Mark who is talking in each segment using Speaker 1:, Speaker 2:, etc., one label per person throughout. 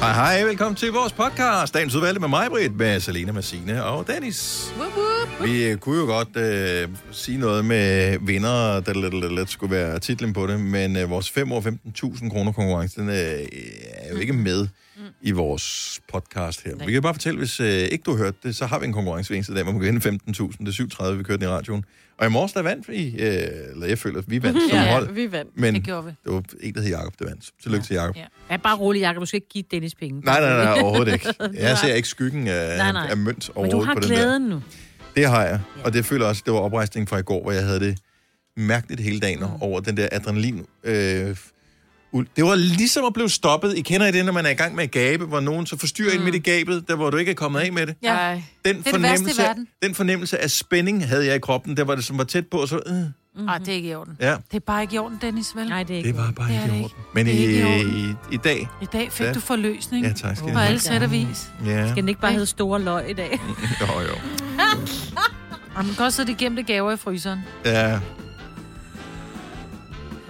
Speaker 1: hej, velkommen til vores podcast. Dagens udvalgte med mig, Britt, med Selina, med Signe og Dennis.
Speaker 2: Woop, woop.
Speaker 1: Vi øh, kunne jo godt øh, sige noget med vinder, der lidt, lidt, lidt skulle være titlen på det, men øh, vores 5 år 15.000 kroner konkurrence, den øh, er jo ikke
Speaker 3: Mm.
Speaker 1: med i vores podcast her. Vi kan bare fortælle, hvis øh, ikke du hørte det, så har vi en konkurrence hver eneste dag, hvor man kan vinde 15.000. Det er 7.30, vi kørte den i radioen. Og i morges, der vandt vi, øh, eller jeg føler, at vi vandt som
Speaker 3: Ja,
Speaker 1: hold.
Speaker 3: vi vandt.
Speaker 1: Men
Speaker 3: Det gjorde vi.
Speaker 1: det var en, der hed Jacob, der vandt. Tillykke til Jacob.
Speaker 3: Ja. ja, bare rolig, Jacob. Du skal ikke give Dennis penge.
Speaker 1: Nej, nej, nej, overhovedet ikke. Jeg ser
Speaker 3: Nej.
Speaker 1: ikke skyggen af,
Speaker 3: Nej, nej.
Speaker 1: af mønt
Speaker 3: Men du
Speaker 1: overhovedet
Speaker 3: har
Speaker 1: på den
Speaker 3: glæden
Speaker 1: der. Mm.
Speaker 3: nu.
Speaker 1: Det har jeg, og det føler jeg også, det var oprejsning fra i går, hvor jeg havde det mærkeligt hele dagen mm. over den der adrenalin. Øh, ul- det var ligesom at blive stoppet. I kender I det, når man er i gang med at gabe, hvor nogen så forstyrrer mm. en midt i gabet, der hvor du ikke er kommet af med det.
Speaker 4: Ja. Ej.
Speaker 1: Den,
Speaker 4: Det er det værste i
Speaker 1: fornemmelse,
Speaker 4: verden.
Speaker 1: den fornemmelse af spænding havde jeg i kroppen, der var det som var tæt på, og så... Øh,
Speaker 4: Mm-hmm. Ej, det er ikke i orden.
Speaker 1: ja,
Speaker 4: Det er bare ikke i orden, Dennis, vel?
Speaker 3: Nej, det er ikke.
Speaker 1: det var bare
Speaker 4: Det er
Speaker 1: ikke i
Speaker 4: det
Speaker 1: orden. Men i,
Speaker 4: Det er ikke i
Speaker 1: i, i dag...
Speaker 4: I dag fik
Speaker 1: Ja.
Speaker 4: ja. du forløsning.
Speaker 1: Ja, tak skal I
Speaker 4: På
Speaker 1: have.
Speaker 4: alle sæt og vis.
Speaker 1: Ja,
Speaker 3: Skal den ikke bare hedde store løg i dag?
Speaker 1: jo, jo.
Speaker 4: Jamen, godt så er det gemte gaver i fryseren.
Speaker 1: Ja,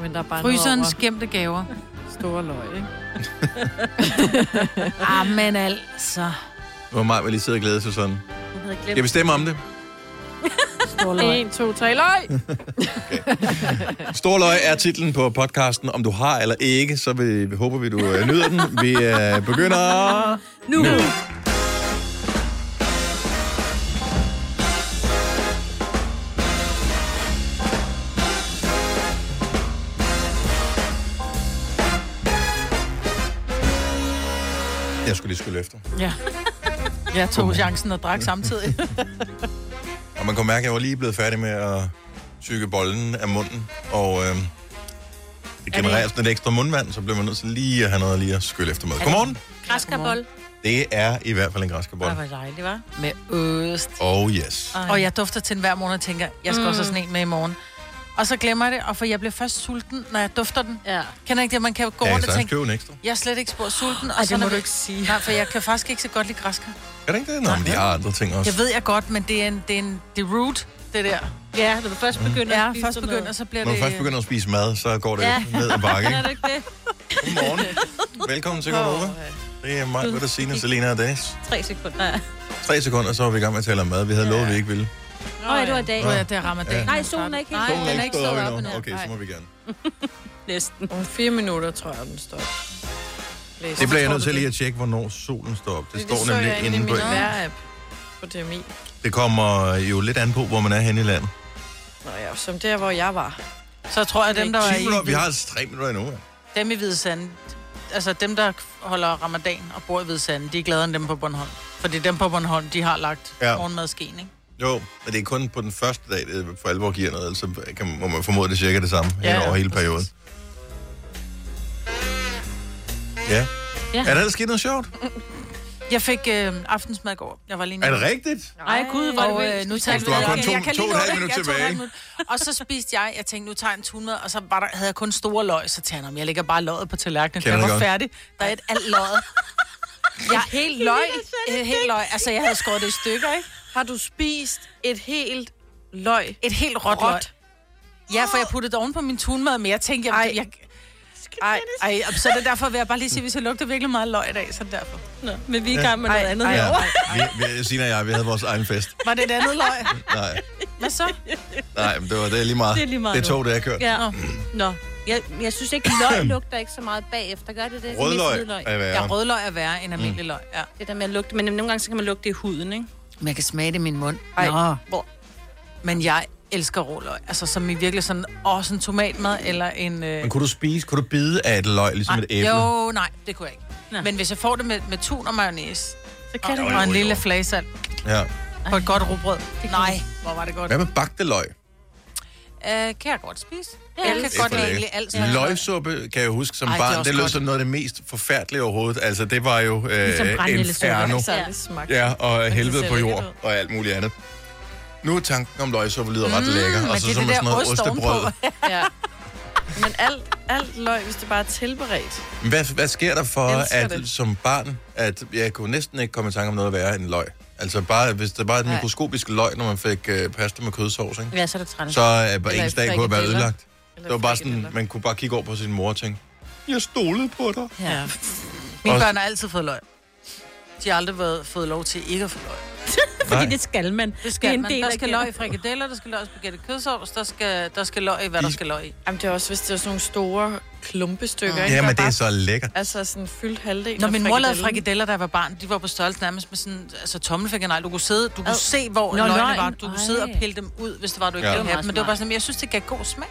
Speaker 5: Men der er bare
Speaker 4: Fryserens
Speaker 5: noget
Speaker 4: gemte gaver.
Speaker 5: over store løg, ikke?
Speaker 4: Ah, men altså.
Speaker 1: hvor meget vil I sidde og glæde sig sådan.
Speaker 3: Den hedder
Speaker 1: Skal vi
Speaker 3: glemt
Speaker 1: stemme om det?
Speaker 3: store løg.
Speaker 5: 1, 2, 3, løg!
Speaker 1: Storløg er titlen på podcasten. Om du har eller ikke, så vi, vi håber vi, du øh, nyder den. Vi øh, begynder...
Speaker 3: Nu!
Speaker 1: Jeg skulle lige skulle efter.
Speaker 4: Ja. Jeg tog chancen og drak samtidig.
Speaker 1: Og man kunne mærke, at jeg var lige blevet færdig med at tykke bollen af munden. Og øh, det genererer sådan et ekstra mundvand, så bliver man nødt til lige at have noget lige at skylle efter med. Godmorgen.
Speaker 3: Græskarbold.
Speaker 1: Det er i hvert fald en græskarbold.
Speaker 3: Det var dejligt, var.
Speaker 4: Med øst.
Speaker 1: Oh yes.
Speaker 4: Og jeg dufter til den hver morgen og tænker, jeg skal mm. også have sådan en med i morgen. Og så glemmer jeg det, og for jeg bliver først sulten, når jeg dufter den.
Speaker 3: Ja.
Speaker 4: Kender I ikke det? Man kan gå
Speaker 1: Jeg kan
Speaker 4: rundt og
Speaker 1: sagtens
Speaker 4: tænke,
Speaker 1: købe en ekstra.
Speaker 4: jeg er slet ikke spor sulten. Og
Speaker 5: Ej,
Speaker 4: så
Speaker 5: det
Speaker 4: når
Speaker 5: må
Speaker 4: vi-
Speaker 5: du ikke sige.
Speaker 4: Nej, for jeg kan faktisk ikke så godt lide græskar.
Speaker 1: Er det ikke det? Nå, men de har andre ting også.
Speaker 4: Jeg ved jeg godt, men det er en, det er en det er rude, det der.
Speaker 3: Ja, når du først begynder
Speaker 4: Ja,
Speaker 3: at spise
Speaker 4: først
Speaker 3: sådan
Speaker 4: begynder,
Speaker 3: noget.
Speaker 4: så bliver
Speaker 1: Mm. Når du
Speaker 4: det...
Speaker 1: først begynder at spise mad, så går det
Speaker 3: Ja.
Speaker 1: ned ad bakke. ikke?
Speaker 3: Er det ikke det?
Speaker 1: Godmorgen. Velkommen til Gonova. Det er mig, hvad der siger, Selena og Dennis.
Speaker 3: øh, Tre sekunder. Ja.
Speaker 1: Tre sekunder, så er vi i gang med at tale om mad. Vi havde lovet, at vi ikke ville.
Speaker 3: Øj, det var i dag.
Speaker 4: Nå, ja, det er ramadan.
Speaker 3: Nej, solen er ikke helt
Speaker 4: Nej,
Speaker 3: stået
Speaker 4: den er
Speaker 1: ikke
Speaker 4: ikke
Speaker 1: stået
Speaker 4: stået
Speaker 1: op
Speaker 4: op
Speaker 1: endnu.
Speaker 4: endnu.
Speaker 1: Okay, så må vi gerne.
Speaker 3: næsten.
Speaker 5: Om fire minutter, tror jeg, den står. Læs.
Speaker 1: Det bliver jeg nødt til lige at tjekke, hvornår solen står op. Det, står
Speaker 5: så
Speaker 1: nemlig
Speaker 5: jeg inde i
Speaker 1: inde på.
Speaker 5: min vejr-app på DMI.
Speaker 1: Det kommer jo lidt an på, hvor man er henne i landet.
Speaker 5: Nå ja, som der, hvor jeg var.
Speaker 4: Så tror jeg, dem, der
Speaker 1: Ti minutter,
Speaker 4: er
Speaker 1: vi
Speaker 4: i,
Speaker 1: har altså tre minutter endnu. ja.
Speaker 4: dem i Hvide Sande, altså dem, der holder ramadan og bor i Hvide Sande, de er gladere end dem på Bornholm. Fordi dem på Bornholm, de har lagt
Speaker 1: Ja.
Speaker 4: ja. morgenmadsken, ikke?
Speaker 1: Jo, men det er kun på den første dag, det for alvor giver noget, ellers så kan, man- må man formode det er cirka det samme
Speaker 4: Ja,
Speaker 1: ja, over
Speaker 4: ja,
Speaker 1: hele
Speaker 4: præcis.
Speaker 1: perioden. Ja.
Speaker 3: Ja.
Speaker 1: ja. Er der ellers sket noget sjovt?
Speaker 4: Jeg fik øh, aftensmad i går. Jeg var lige
Speaker 1: Er det rigtigt?
Speaker 3: Ej, gud, hvor er det
Speaker 4: og øh,
Speaker 3: vildt.
Speaker 4: nu tager
Speaker 1: du har kun to- to og et halvt minut tilbage.
Speaker 4: Og så spiste jeg, jeg tænkte, nu tager jeg en tunmad, og så var der, havde jeg kun store løg, så tænkte jeg, "Nå, jeg lægger bare løget på tallerkenen, for
Speaker 1: Kender
Speaker 4: jeg
Speaker 1: det
Speaker 4: var
Speaker 1: godt.
Speaker 4: færdig. Der er et alt løget. Jeg er helt løg, øh, helt løg. Altså, jeg havde skåret det i stykker, ikke?
Speaker 5: Har du spist et helt løg?
Speaker 4: Et helt råt,
Speaker 5: Råt.
Speaker 4: løg. Ja, for jeg puttede det oven på min tunmad, men jeg tænkte, jeg,
Speaker 5: Ej.
Speaker 4: jeg, ej, ej, og så er det derfor, vil jeg bare lige sige, hvis jeg lugter virkelig meget løg i dag, så er det derfor.
Speaker 3: Men vi er i gang med noget andet
Speaker 5: ej,
Speaker 1: Ja.
Speaker 3: herovre.
Speaker 1: Vi, vi, Sina og jeg, vi havde vores egen fest.
Speaker 4: Var det et andet løg?
Speaker 1: Nej.
Speaker 4: Hvad så?
Speaker 1: Nej, men det var det er lige meget.
Speaker 3: Det er lige meget
Speaker 1: Det tog, det jeg kørte. Ja.
Speaker 3: Ja.
Speaker 4: Nå.
Speaker 3: Nå. Jeg, jeg synes ikke, løg lugter ikke så meget bagefter. Gør det det?
Speaker 1: Rødløg
Speaker 3: Mest hvidløg.
Speaker 1: er værre. Mm.
Speaker 4: Ja, rødløg er værre end almindelig løg, ja.
Speaker 3: Det der med at lugte, men nogle gange så kan man lugte det i huden, ikke?
Speaker 4: Men jeg kan smage det i min mund.
Speaker 5: Ej,
Speaker 4: Nå. Men jeg elsker råløg. Altså, som i virkelig sådan, åh, sådan en tomatmad eller en... Øh...
Speaker 1: Men kunne du spise, kunne du bide af et løg, ligesom et æble?
Speaker 4: Jo, nej, det kunne jeg ikke.
Speaker 3: Nå.
Speaker 4: Nej. Men hvis jeg får det med, med tun og mayonnaise,
Speaker 3: Så kan det
Speaker 1: jo,
Speaker 4: og en
Speaker 1: jo.
Speaker 4: lille flagesalt
Speaker 1: Ja.
Speaker 4: på et godt rugbrød. Nej, hvor var det godt.
Speaker 1: Hvad med bagte løg?
Speaker 4: Øh, kan jeg godt spise?
Speaker 3: Ja,
Speaker 4: jeg
Speaker 3: det
Speaker 4: kan
Speaker 3: er
Speaker 4: godt
Speaker 1: for
Speaker 4: lide
Speaker 1: lækkert.
Speaker 4: egentlig alt.
Speaker 1: Løgsuppe, kan jeg huske som
Speaker 4: Ej,
Speaker 1: Ej,
Speaker 4: det er
Speaker 1: barn, det,
Speaker 4: også
Speaker 1: det lød
Speaker 4: godt.
Speaker 1: som noget af det mest forfærdelige overhovedet. Altså, det var jo øh,
Speaker 3: Ligesom brændenældesuppe.
Speaker 1: inferno.
Speaker 5: Så
Speaker 3: Ja.
Speaker 5: det smagt.
Speaker 1: Ja, og øh,
Speaker 4: Altså,
Speaker 1: helvede
Speaker 5: ser
Speaker 1: på
Speaker 5: lækkert
Speaker 1: jord
Speaker 5: ud.
Speaker 1: og alt muligt andet. Nu er tanken om løgsuppe lyder ret
Speaker 5: Mm,
Speaker 1: lækker. Og
Speaker 4: Mm, men
Speaker 1: så
Speaker 4: det er
Speaker 1: som
Speaker 4: det
Speaker 1: sådan
Speaker 4: der
Speaker 1: noget
Speaker 4: ost ovenpå.
Speaker 1: ostebrød.
Speaker 5: ja. Men alt, alt løg, hvis det bare er tilberedt.
Speaker 1: Men Hvad, hvad sker der for,
Speaker 5: Elsker
Speaker 1: at
Speaker 5: det.
Speaker 1: som barn, at jeg kunne næsten ikke komme i tanke om noget værre end løg? Altså bare, hvis det bare er et mikroskopisk løg, når man fik øh, pasta med kødsovs, ikke?
Speaker 3: Ja, så er det træls.
Speaker 1: så er bare
Speaker 5: Eller
Speaker 1: ens dag kunne være
Speaker 5: frikadeller.
Speaker 1: ødelagt.
Speaker 5: Eller
Speaker 1: Det var bare sådan,
Speaker 5: frikadeller.
Speaker 1: man kunne bare kigge over på sin mor og tænke, jeg stolede på dig.
Speaker 3: Ja.
Speaker 4: Mine
Speaker 1: Også-
Speaker 4: Også... børn har altid fået løg. De har aldrig været, fået lov til ikke at få løg.
Speaker 3: Fordi
Speaker 1: Nej.
Speaker 3: det skal man.
Speaker 4: Det skal det
Speaker 3: en
Speaker 4: man.
Speaker 3: del
Speaker 4: Der
Speaker 3: af
Speaker 4: skal
Speaker 3: gaven.
Speaker 4: løg i frikadeller, der skal løg i spaghetti kødsovs, der skal, der skal løg i, hvad der
Speaker 1: I-
Speaker 4: skal løg i.
Speaker 5: Jamen, det er også, hvis det er sådan nogle store
Speaker 4: Ah.
Speaker 5: klumpestykker, ikke?
Speaker 1: Ja,
Speaker 5: Der
Speaker 1: men det er
Speaker 5: bare-
Speaker 1: så lækkert.
Speaker 5: Altså sådan fyldt halvdelen
Speaker 4: Når
Speaker 5: af
Speaker 4: min mor lavede
Speaker 5: frikadellen.
Speaker 4: frikadeller, da jeg var barn, de var på størrelse nærmest med sådan, altså tommelfinger, nej, du kunne sidde, du kunne
Speaker 3: Ad.
Speaker 4: se, hvor
Speaker 3: Nå,
Speaker 4: løgene
Speaker 3: løgn.
Speaker 4: var, du kunne sidde og
Speaker 3: Ej.
Speaker 4: pille dem ud, hvis det var, du ikke
Speaker 1: Ja.
Speaker 4: ja. ville
Speaker 3: Det var
Speaker 4: have dem, men det var bare
Speaker 3: smart.
Speaker 4: sådan, jeg synes, det gav god smag.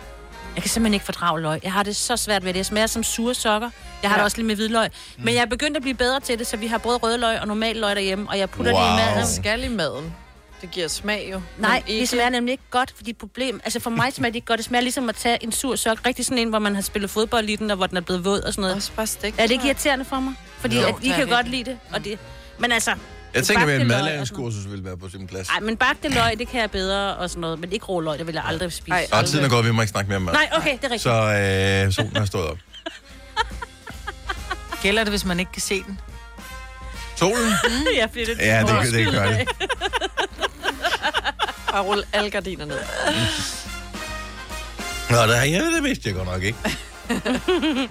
Speaker 3: Jeg kan simpelthen ikke fordrage løg. Jeg har det så svært ved det. Jeg smager som sure sokker. Jeg har ja. Mm. det også lidt med hvidløg. Men jeg er begyndt at blive bedre til det, så vi har både rødløg og normal løg derhjemme, og jeg putter wow. det i
Speaker 1: Wow.
Speaker 3: maden.
Speaker 5: Man skal i maden. Det giver smag jo.
Speaker 3: Nej,
Speaker 5: Men
Speaker 3: det smager nemlig ikke godt, fordi problem... Altså for mig smager det ikke godt. Det smager ligesom at tage en sur sok, rigtig sådan en, hvor man har spillet fodbold i den, og hvor den er blevet våd og sådan noget.
Speaker 5: Også bare stegt.
Speaker 3: Er det ikke irriterende for mig? Fordi
Speaker 1: Jo,
Speaker 3: jo, at I
Speaker 4: det er
Speaker 3: kan
Speaker 4: det.
Speaker 3: godt lide det, og det... Men altså...
Speaker 1: Jeg tænker, at en
Speaker 3: bagte løg og
Speaker 1: madlæringskursus ville være på
Speaker 3: sådan
Speaker 1: sin plads.
Speaker 3: noget. altså. Ej, men bagte løg, det kan jeg bedre og sådan noget, men ikke rå løg, det vil jeg aldrig spise.
Speaker 5: Ej.
Speaker 1: Og tiden er gået, vi må ikke snakke mere om mad.
Speaker 3: Nej, okay, det er rigtigt.
Speaker 1: Så
Speaker 3: Så...
Speaker 1: øh, solen er stået op.
Speaker 4: Gælder det, hvis man ikke kan se den?
Speaker 1: Solen?
Speaker 3: jeg bliver lidt
Speaker 1: Ja, det, det gør det.
Speaker 5: Bare rulle alle gardiner ned.
Speaker 1: Nå, det, ja, det vidste jeg godt nok ikke.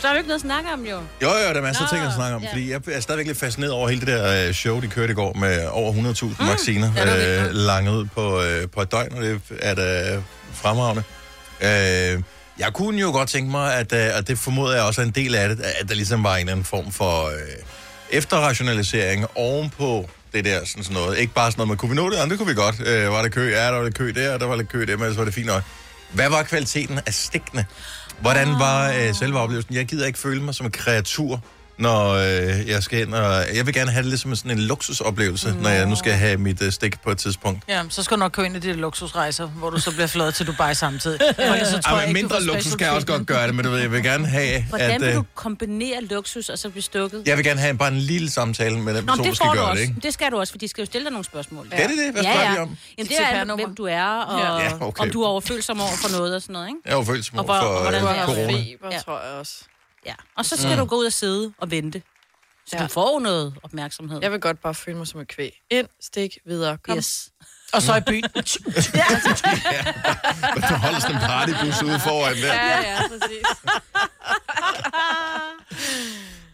Speaker 3: Så har vi ikke noget at snakke om, jo.
Speaker 1: Jo, jo, der er masser af
Speaker 3: Nå,
Speaker 1: ting at snakke om,
Speaker 3: ja.
Speaker 1: fordi jeg er stadigvæk lidt fascineret over hele det der øh, show, de kørte i går med over 100.000 mm, vacciner
Speaker 4: ja, det var vildt
Speaker 1: øh, langet ud på, øh, på et døgn, og det er da fremragende. Øh, jeg kunne jo godt tænke mig, at, øh, og det formoder jeg også er en del af det, at der ligesom var en eller anden form for øh, efterrationalisering ovenpå det der sådan, sådan noget. Ikke bare sådan noget med, kunne vi nå det? Jamen, det kunne vi godt. Øh, var der kø? Ja, der var der kø der, der var der kø der, men ellers var det fint nok. Hvad var kvaliteten af stikkene? Hvordan var øh, selve oplevelsen? Jeg gider ikke føle mig som en kreatur, når øh, jeg skal ind. Og jeg vil gerne have det lidt som sådan en luksusoplevelse, når jeg nu skal have mit øh, stik på et tidspunkt.
Speaker 4: Ja, så skal du nok køre ind i de luksusrejser, hvor du så bliver fløjet til Dubai samtidig. Fordi så tror jeg
Speaker 1: men
Speaker 4: ikke, du
Speaker 1: mindre
Speaker 4: får
Speaker 1: luksus
Speaker 4: special
Speaker 1: kan jeg også
Speaker 4: treatment.
Speaker 1: godt gøre det, men du ved, jeg vil gerne have,
Speaker 3: Hvordan
Speaker 1: at... øh,
Speaker 3: vil du kombinere luksus og så blive stukket?
Speaker 1: jeg vil gerne have bare en lille samtale med den
Speaker 3: Nå,
Speaker 1: person,
Speaker 3: men
Speaker 1: der
Speaker 3: det
Speaker 1: skal
Speaker 3: får du
Speaker 1: gøre
Speaker 3: også.
Speaker 1: det, ikke?
Speaker 3: Det, det skal du også, for de skal jo stille dig nogle spørgsmål.
Speaker 1: Ja. Er det det? Hvad spørger de om?
Speaker 4: Dit
Speaker 3: Jamen, det er alt,
Speaker 4: CPR-nummer.
Speaker 3: hvem du er, og
Speaker 1: Ja,
Speaker 3: ja,
Speaker 1: okay.
Speaker 3: okay. om du er overfølsom over for noget og sådan noget, ikke?
Speaker 1: Jeg er jo følsom
Speaker 3: Og
Speaker 1: over
Speaker 3: hvor-
Speaker 1: for
Speaker 3: og hvordan
Speaker 1: øh,
Speaker 5: Du har
Speaker 3: Ja.
Speaker 1: corona.
Speaker 5: feber,
Speaker 3: Ja.
Speaker 5: tror jeg også.
Speaker 3: Ja. Og så skal mm. du gå ud og sidde og vente. Så ja. du får noget opmærksomhed.
Speaker 5: Jeg vil godt bare føle mig som et kvæg. Ind, stik, videre, kom. Yes.
Speaker 3: Yes.
Speaker 4: Og så i byen.
Speaker 1: Men der holder sådan en partybus ude foran der.
Speaker 5: Ja, ja, præcis.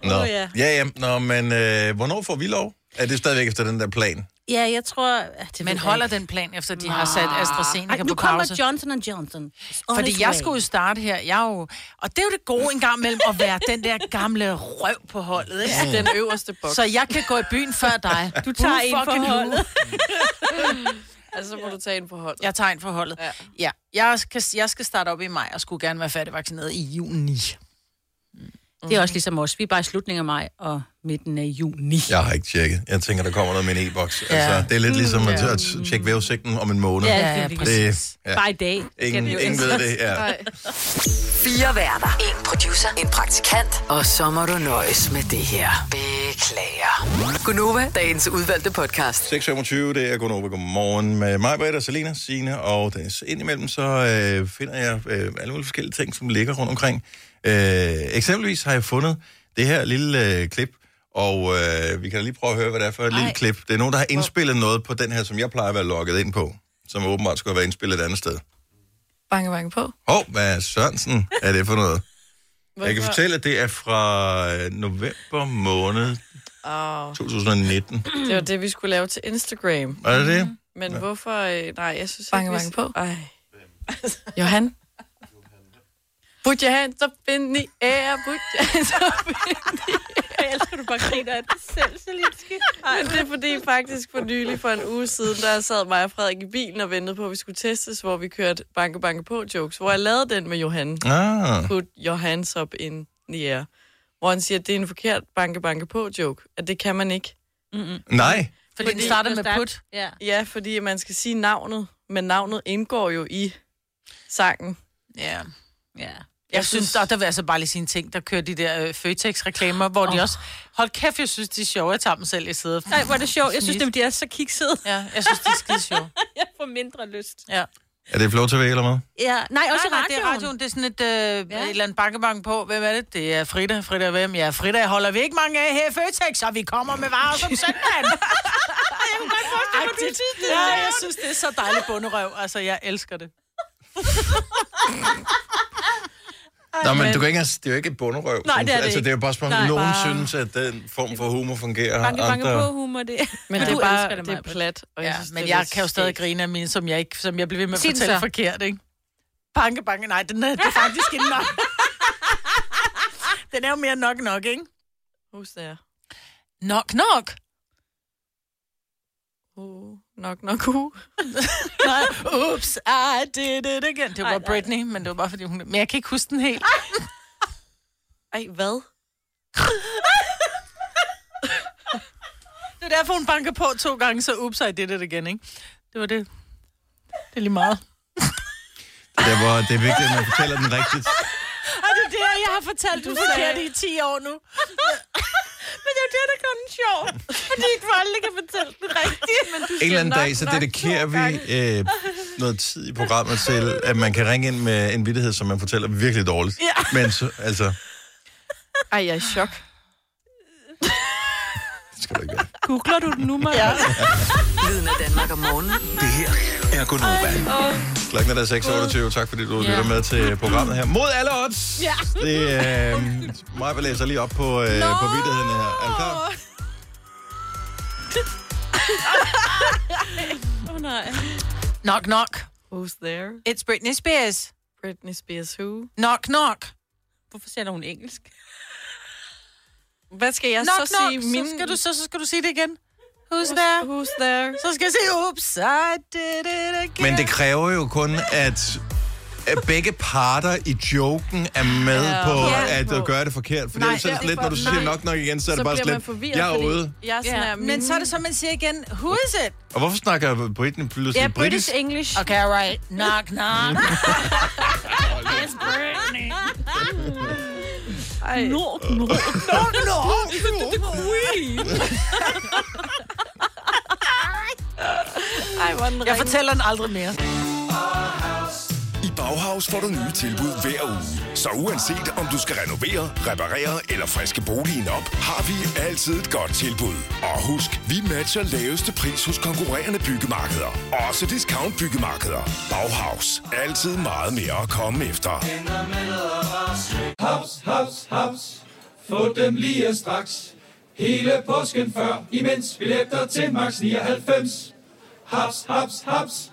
Speaker 1: Nå.
Speaker 3: Åh, ja.
Speaker 1: Ja, ja. Nå, men øh, hvornår får vi lov? Er det stadigvæk efter den der plan?
Speaker 3: Ja, jeg tror... ah, Det ved
Speaker 4: Men
Speaker 3: jeg
Speaker 4: holder
Speaker 3: ikke.
Speaker 4: den plan, efter de har sat
Speaker 3: Ej,
Speaker 4: AstraZeneca
Speaker 3: nu
Speaker 4: på
Speaker 3: kommer
Speaker 4: pause?
Speaker 3: Johnson Johnson. It's on its
Speaker 4: Fordi jeg
Speaker 3: way.
Speaker 4: skulle jo starte her. Jeg er jo, og det er jo det gode en gang imellem at være den der gamle røv på holdet. Ikke?
Speaker 5: Den øverste boks.
Speaker 4: Så jeg kan gå i byen før dig. Du
Speaker 3: tager en for holdet.
Speaker 5: Altså, så må du tage en på hånden.
Speaker 4: Jeg tager en for holdet. Ja.
Speaker 5: Ja.
Speaker 4: ja. Jeg, skal, jeg skal starte op i maj, og skulle gerne være færdigvaccineret i juni.
Speaker 3: Det er også ligesom os. Vi er bare i slutningen af maj og midten af juni.
Speaker 1: Jeg har ikke tjekket. Jeg tænker, der kommer noget med en e-boks. Ja.
Speaker 4: Ja.
Speaker 1: Altså, det er lidt ligesom at, at tjekke vejrudsigten om en måned.
Speaker 3: Ja,
Speaker 4: Ja, ja,
Speaker 3: det-
Speaker 1: Det, ja.
Speaker 3: Bare i dag. skal
Speaker 1: Ingen,
Speaker 3: den jo
Speaker 1: ingen ved det. Ja.
Speaker 5: Nej.
Speaker 2: Fire værter. En producer. En praktikant. Og så må du nøjes med det her. Beklager. Gunova, dagens udvalgte podcast.
Speaker 1: 6.25, det er Gunnova. Godmorgen med mig, Britta, Selina, Signe og Dennis. Indimellem så øh, finder jeg øh, alle mulige forskellige ting, som ligger rundt omkring. Øh, eksempelvis har jeg fundet det her lille øh, klip, og øh, vi kan da lige prøve at høre, hvad det er for et Ej. lille klip. Det er nogen, der har indspillet noget på den her, som jeg plejer at være logget ind på, som åbenbart skulle have været indspillet et andet sted.
Speaker 5: Banke, banke på.
Speaker 1: Hov, hvad Sørensen er det for noget? Jeg kan
Speaker 5: Hvorfor?
Speaker 1: fortælle, at det er fra øh, november måned
Speaker 5: Åh,
Speaker 1: 2019.
Speaker 5: det var det, vi skulle lave til Instagram.
Speaker 1: Er
Speaker 3: Mhm.
Speaker 1: det det?
Speaker 5: Men hvorfor... øh, Nej, jeg synes
Speaker 2: Banke,
Speaker 5: ikke...
Speaker 2: banke på.
Speaker 5: Ej. Johan? Put your hands up in the air, put your hands up in
Speaker 3: Jeg elsker, du bare griner af det selv, Selinski.
Speaker 5: Men det er fordi faktisk for nylig, for en uge siden, der sad mig og Frederik i bilen og ventede på, at vi skulle testes, hvor vi kørte banke, banke på jokes, hvor jeg lavede den med Johan.
Speaker 1: Ah.
Speaker 5: Put your hands up in the air. Hvor han siger, at det er en forkert banke, banke på joke, at det kan man ikke.
Speaker 1: Nej.
Speaker 4: Fordi den starter med put.
Speaker 3: Ja.
Speaker 5: Ja, fordi man skal sige navnet, men navnet indgår jo i sangen.
Speaker 4: Ja.
Speaker 3: ja.
Speaker 4: Jeg synes, og der vil jeg altså bare lige sige en ting, der kører de der øh, Føtex-reklamer, hvor oh. de også... Hold kæft, jeg synes, de er sjove. Jeg tager dem selv i sædet.
Speaker 3: Ej, hvor er det sjovt. Jeg synes, det de er så kiksede.
Speaker 4: Ja, jeg synes, de er skide sjove.
Speaker 3: Jeg får mindre lyst.
Speaker 4: Ja.
Speaker 1: Er det Flow TV eller hvad?
Speaker 3: Ja. Nej, også
Speaker 4: Nej, nej, det er
Speaker 3: radioen.
Speaker 4: radioen. Det er sådan et, øh, ja. et eller andet bankebank på. Hvem er det? Det er Frida. Frida, hvem? Ja, Frida holder vi ikke mange af her i Føtex, og vi kommer med varer som søndagen. Agtigt. Ja, jeg synes, det er så dejligt bunderøv. Altså, jeg elsker det.
Speaker 1: Nå, men du kan ikke, engang- det er jo ikke et bunderøv.
Speaker 3: Nej, det er det
Speaker 1: altså, det er jo
Speaker 3: ikke.
Speaker 1: bare spørgsmål,
Speaker 3: Nej,
Speaker 1: nogen
Speaker 3: bare-
Speaker 1: synes, at den form for humor fungerer.
Speaker 3: Banke, banke
Speaker 1: andre-
Speaker 3: på humor, det
Speaker 5: Men
Speaker 3: Du
Speaker 5: det er
Speaker 3: elsker
Speaker 5: bare det er
Speaker 3: Maja.
Speaker 5: plat. Og
Speaker 4: Ja,
Speaker 5: jeg synes,
Speaker 4: men
Speaker 5: det er
Speaker 4: jeg
Speaker 5: lidt
Speaker 4: kan jo stadig
Speaker 5: skægt.
Speaker 4: grine af mine, som jeg, ikke, som jeg bliver ved med at
Speaker 3: Sig den
Speaker 4: fortælle
Speaker 3: så.
Speaker 4: forkert, ikke? Banke, banke, nej, den er, det er faktisk en nok. den er jo mere nok nok, ikke?
Speaker 5: Hus der.
Speaker 4: Nok nok.
Speaker 5: Uh, nok, nok, uh.
Speaker 4: Nej, Oops, I did it again. Det var bare Britney, men det var bare fordi hun... Men jeg kan ikke huske den helt.
Speaker 5: Ej, hvad?
Speaker 4: Det er derfor, hun banker på to gange, så oops, I did it again, ikke? Det var det. Det er lige meget.
Speaker 1: Det, var, det er vigtigt, at man fortæller den rigtigt.
Speaker 4: Og det er det, jeg har fortalt, du forkert i 10 år nu.
Speaker 3: Men det er jo det, der gør den sjov. Fordi ikke alle kan fortælle den rigtigt. Men du
Speaker 1: En eller anden dag, så dedikerer vi øh, noget tid i programmet til, at man kan ringe ind med en vittighed, som man fortæller virkelig dårligt. Ja. Men så, altså, det
Speaker 5: Ej, jeg er i chok.
Speaker 1: skal du ikke være.
Speaker 3: Googler du den nu, Maja? Ja.
Speaker 2: Lyden af Danmark om morgenen.
Speaker 6: Det her er Gonova.
Speaker 1: Klokken er da 6.28. Tak fordi du lytter med til programmet her. Mod alle odds! Ja. Det er... Øh, mig læser lige op på, øh, på vittigheden her. Er du klar?
Speaker 3: Oh, nej.
Speaker 4: Knock, knock.
Speaker 5: Who's there?
Speaker 4: It's Britney Spears.
Speaker 5: Britney Spears who?
Speaker 4: Knock, knock.
Speaker 3: Hvorfor sætter hun engelsk?
Speaker 5: Hvad skal jeg
Speaker 4: Knock,
Speaker 5: så
Speaker 4: knock.
Speaker 5: sige?
Speaker 4: Så, skal du, så, så skal du sige det igen. Who's there?
Speaker 5: Who's there?
Speaker 4: Så skal jeg sige, oops, I did it again.
Speaker 1: Men det kræver jo kun, at at begge parter i joken er med ja, på
Speaker 5: Ja.
Speaker 1: at, at gøre det forkert. Fordi
Speaker 4: Nej,
Speaker 1: ellers er det
Speaker 4: ja,
Speaker 1: sådan lidt, når du
Speaker 5: for-
Speaker 1: siger
Speaker 5: nej.
Speaker 1: nok nok igen, så, er
Speaker 5: så
Speaker 1: det bare
Speaker 5: bliver man
Speaker 1: slet,
Speaker 5: forvirret,
Speaker 1: jeg er
Speaker 5: fordi
Speaker 1: ude.
Speaker 5: Jeg er sådan
Speaker 3: Ja,
Speaker 5: her,
Speaker 4: Men så er det som, man siger igen, who is it?
Speaker 1: Og hvorfor snakker Britney pludselig
Speaker 3: Ja,
Speaker 1: yeah,
Speaker 3: British
Speaker 1: britisk?
Speaker 3: English.
Speaker 4: Okay, right. Knock, knock.
Speaker 5: Ej,
Speaker 3: Nord, nord.
Speaker 4: knock, knock.
Speaker 5: ej, hvor er den
Speaker 4: Jeg
Speaker 5: ringe.
Speaker 4: fortæller den aldrig mere.
Speaker 6: I Bauhaus får du nye tilbud hver uge. Så uanset om du skal renovere, reparere eller friske boligen op, har vi altid et godt tilbud. Og husk, vi matcher laveste pris hos konkurrerende byggemarkeder. Også discount byggemarkeder. Bauhaus. Altid meget mere at komme efter.
Speaker 7: Haps, haps, haps. Få dem lige straks. Hele påsken før, imens billetter til max 99. Haps, haps, haps.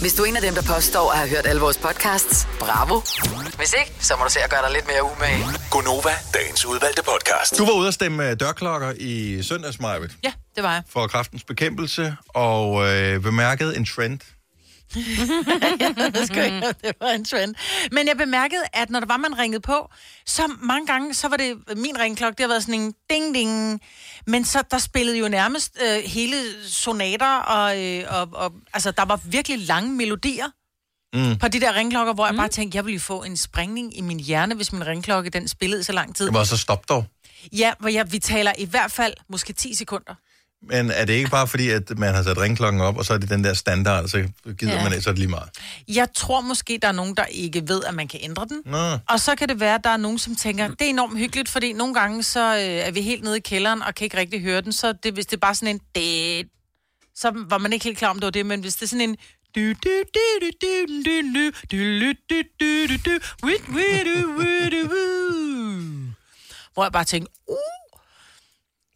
Speaker 2: Hvis du er en af dem, der påstår at have hørt alle vores podcasts, bravo. Hvis ikke, så må du se at gøre dig lidt mere umage.
Speaker 6: Gonova, dagens udvalgte podcast.
Speaker 1: Du var ude at stemme øh, dørklokker i søndags, Majbet,
Speaker 4: Ja, det var jeg.
Speaker 1: for kraftens bekæmpelse, og øh, bemærkede en trend.
Speaker 4: Det, skal jeg. det var en trend. Men jeg bemærkede, at når der var, man ringede på, så mange gange, så var det min ringklokke, det har været sådan en ding-ding. Men så der spillede jo nærmest øh, hele sonater, og, øh, og, og altså, der var virkelig lange melodier mm. på de der ringklokker, hvor mm. jeg bare tænkte, jeg ville jo få en springning i min hjerne, hvis min ringklokke, den spillede så lang tid.
Speaker 1: Det var så stop dog.
Speaker 4: Ja, hvor jeg, vi taler i hvert fald måske 10 sekunder.
Speaker 1: Men er det ikke bare fordi, at man har sat ringklokken op, og så er det den der standard, så gider ja. man ikke, så er det lige meget.
Speaker 4: Jeg tror måske, der er nogen, der ikke ved, at man kan ændre den.
Speaker 1: Nå.
Speaker 4: Og så kan det være, at der er nogen, som tænker, det er enormt hyggeligt, fordi nogle gange så øh, er vi helt nede i kælderen og kan ikke rigtig høre den. Så det, hvis det er bare sådan en... Det, så var man ikke helt klar om, det var det, men hvis det er sådan en... Du, du, du, du, du, du, du, du, du, du, du, du, wi, wi, du, wi, du, wu. Hvor jeg bare tænkte, uh,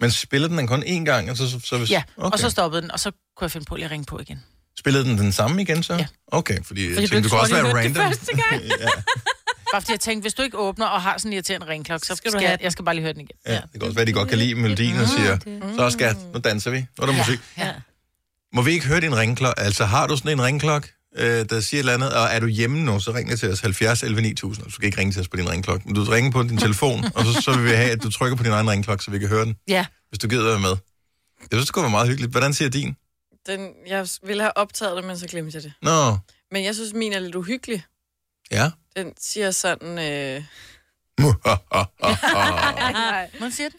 Speaker 1: Men spiller den den kun én gang? Og så, så, så hvis,
Speaker 4: ja.
Speaker 1: okay.
Speaker 4: Og så stoppede den, og så kunne jeg finde på lige at ringe på igen.
Speaker 1: Spillede den den samme igen så?
Speaker 4: Ja.
Speaker 1: Okay, fordi, jeg
Speaker 4: Fordi
Speaker 1: tænkte,
Speaker 4: du
Speaker 1: du kunne også
Speaker 4: tror,
Speaker 1: være
Speaker 4: de hørte det
Speaker 1: random.
Speaker 4: første Bare fordi jeg tænkte, hvis du ikke åbner og har sådan en irriterende ringklokke, så skal,
Speaker 3: du
Speaker 4: skal
Speaker 3: have
Speaker 4: jeg,
Speaker 3: den.
Speaker 4: jeg skal bare lige høre den igen.
Speaker 1: Ja, det kan også være, de godt kan lide melodien og siger, så skat, nu danser vi, nu er der musik.
Speaker 4: Ja.
Speaker 1: Må vi ikke høre din ringklokke? Altså, har du sådan en ringklokke, øh, der siger et eller andet, og er du hjemme nu, så ring til os 70 11 9000. Du skal ikke ringe til os på din ringklokke, men du skal ringe på din telefon, og så, så vil vi have, at du trykker på din egen ringklokke, så vi kan høre den,
Speaker 4: ja.
Speaker 1: hvis du gider være med. Jeg synes, det kunne være meget hyggeligt. Hvordan siger din?
Speaker 5: Den, jeg ville have optaget det, men så glemte jeg det.
Speaker 1: Nå,
Speaker 5: Men jeg synes, min er lidt uhyggelig.
Speaker 1: ja.
Speaker 5: Den siger sådan... Øh...
Speaker 1: Muhahaha.
Speaker 5: Nej,
Speaker 4: Må jeg sige det?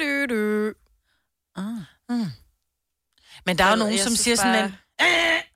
Speaker 5: Du, du, du.
Speaker 4: Men der er jo
Speaker 5: Jeg ved,
Speaker 4: nogen,
Speaker 5: jeg
Speaker 4: som
Speaker 5: synes
Speaker 4: siger sådan
Speaker 5: bare-
Speaker 4: en...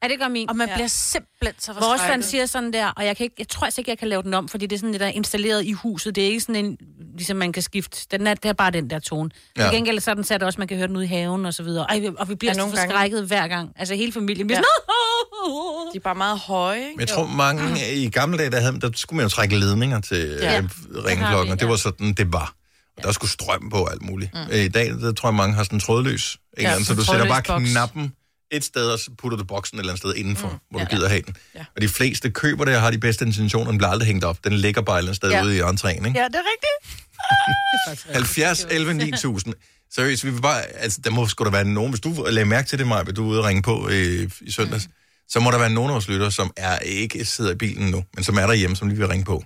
Speaker 3: Ja, det gør min.
Speaker 4: Og man
Speaker 5: Ja.
Speaker 4: bliver simpelthen så
Speaker 3: Vores
Speaker 4: forskrækket.
Speaker 3: fan siger sådan der, og jeg, kan ikke, jeg tror altså ikke, jeg kan lave den om, fordi det er sådan det, der er installeret i huset. Det er ikke sådan en, ligesom man kan skifte. Den er, det er bare den der tone. Ja.
Speaker 1: Ja.
Speaker 3: Til gengæld så er den sat også, man kan høre den ude i haven og så videre. Ej, vi- og vi bliver
Speaker 5: Ja,
Speaker 3: ja,
Speaker 5: nogle
Speaker 3: så
Speaker 5: gange.
Speaker 3: forskrækket hver gang. Altså hele familien bliver
Speaker 5: Ja.
Speaker 3: ja. sådan,
Speaker 5: De er bare meget høje, ikke?
Speaker 1: Men jeg tror, mange i gamle dage, der, havde, der skulle man jo trække ledninger til
Speaker 5: Ja.
Speaker 1: ja.
Speaker 3: Det har
Speaker 1: ringeklokken,
Speaker 3: vi,
Speaker 1: og det
Speaker 3: ja.
Speaker 1: var sådan, det var. Og der skulle strøm på og alt muligt. Mm. I dag, der tror jeg, mange har sådan en trådløs. En ja, anden, så
Speaker 4: sådan
Speaker 1: du
Speaker 4: en
Speaker 1: sætter bare
Speaker 4: trådløs boks.
Speaker 1: knappen et sted, og så putter du boksen et eller andet sted indenfor, mm. hvor du
Speaker 4: Ja.
Speaker 1: gider have den.
Speaker 5: Ja.
Speaker 1: Og de fleste køber det og har de bedste intentioner, den bliver aldrig hængt op. Den ligger bare et eller andet sted
Speaker 4: Ja.
Speaker 1: ja. ude i entréen, ikke?
Speaker 4: Ja, det er rigtigt.
Speaker 1: 70, 11, 9000. Seriøst, vi vil bare, altså, der må sgu da være nogen, hvis du lagde mærke til det, Maja, du er ude og ringe på øh, i søndags, mm. så må der være nogen af vores lyttere, som er, ikke sidder i bilen nu, men som er derhjemme, som lige vil ringe på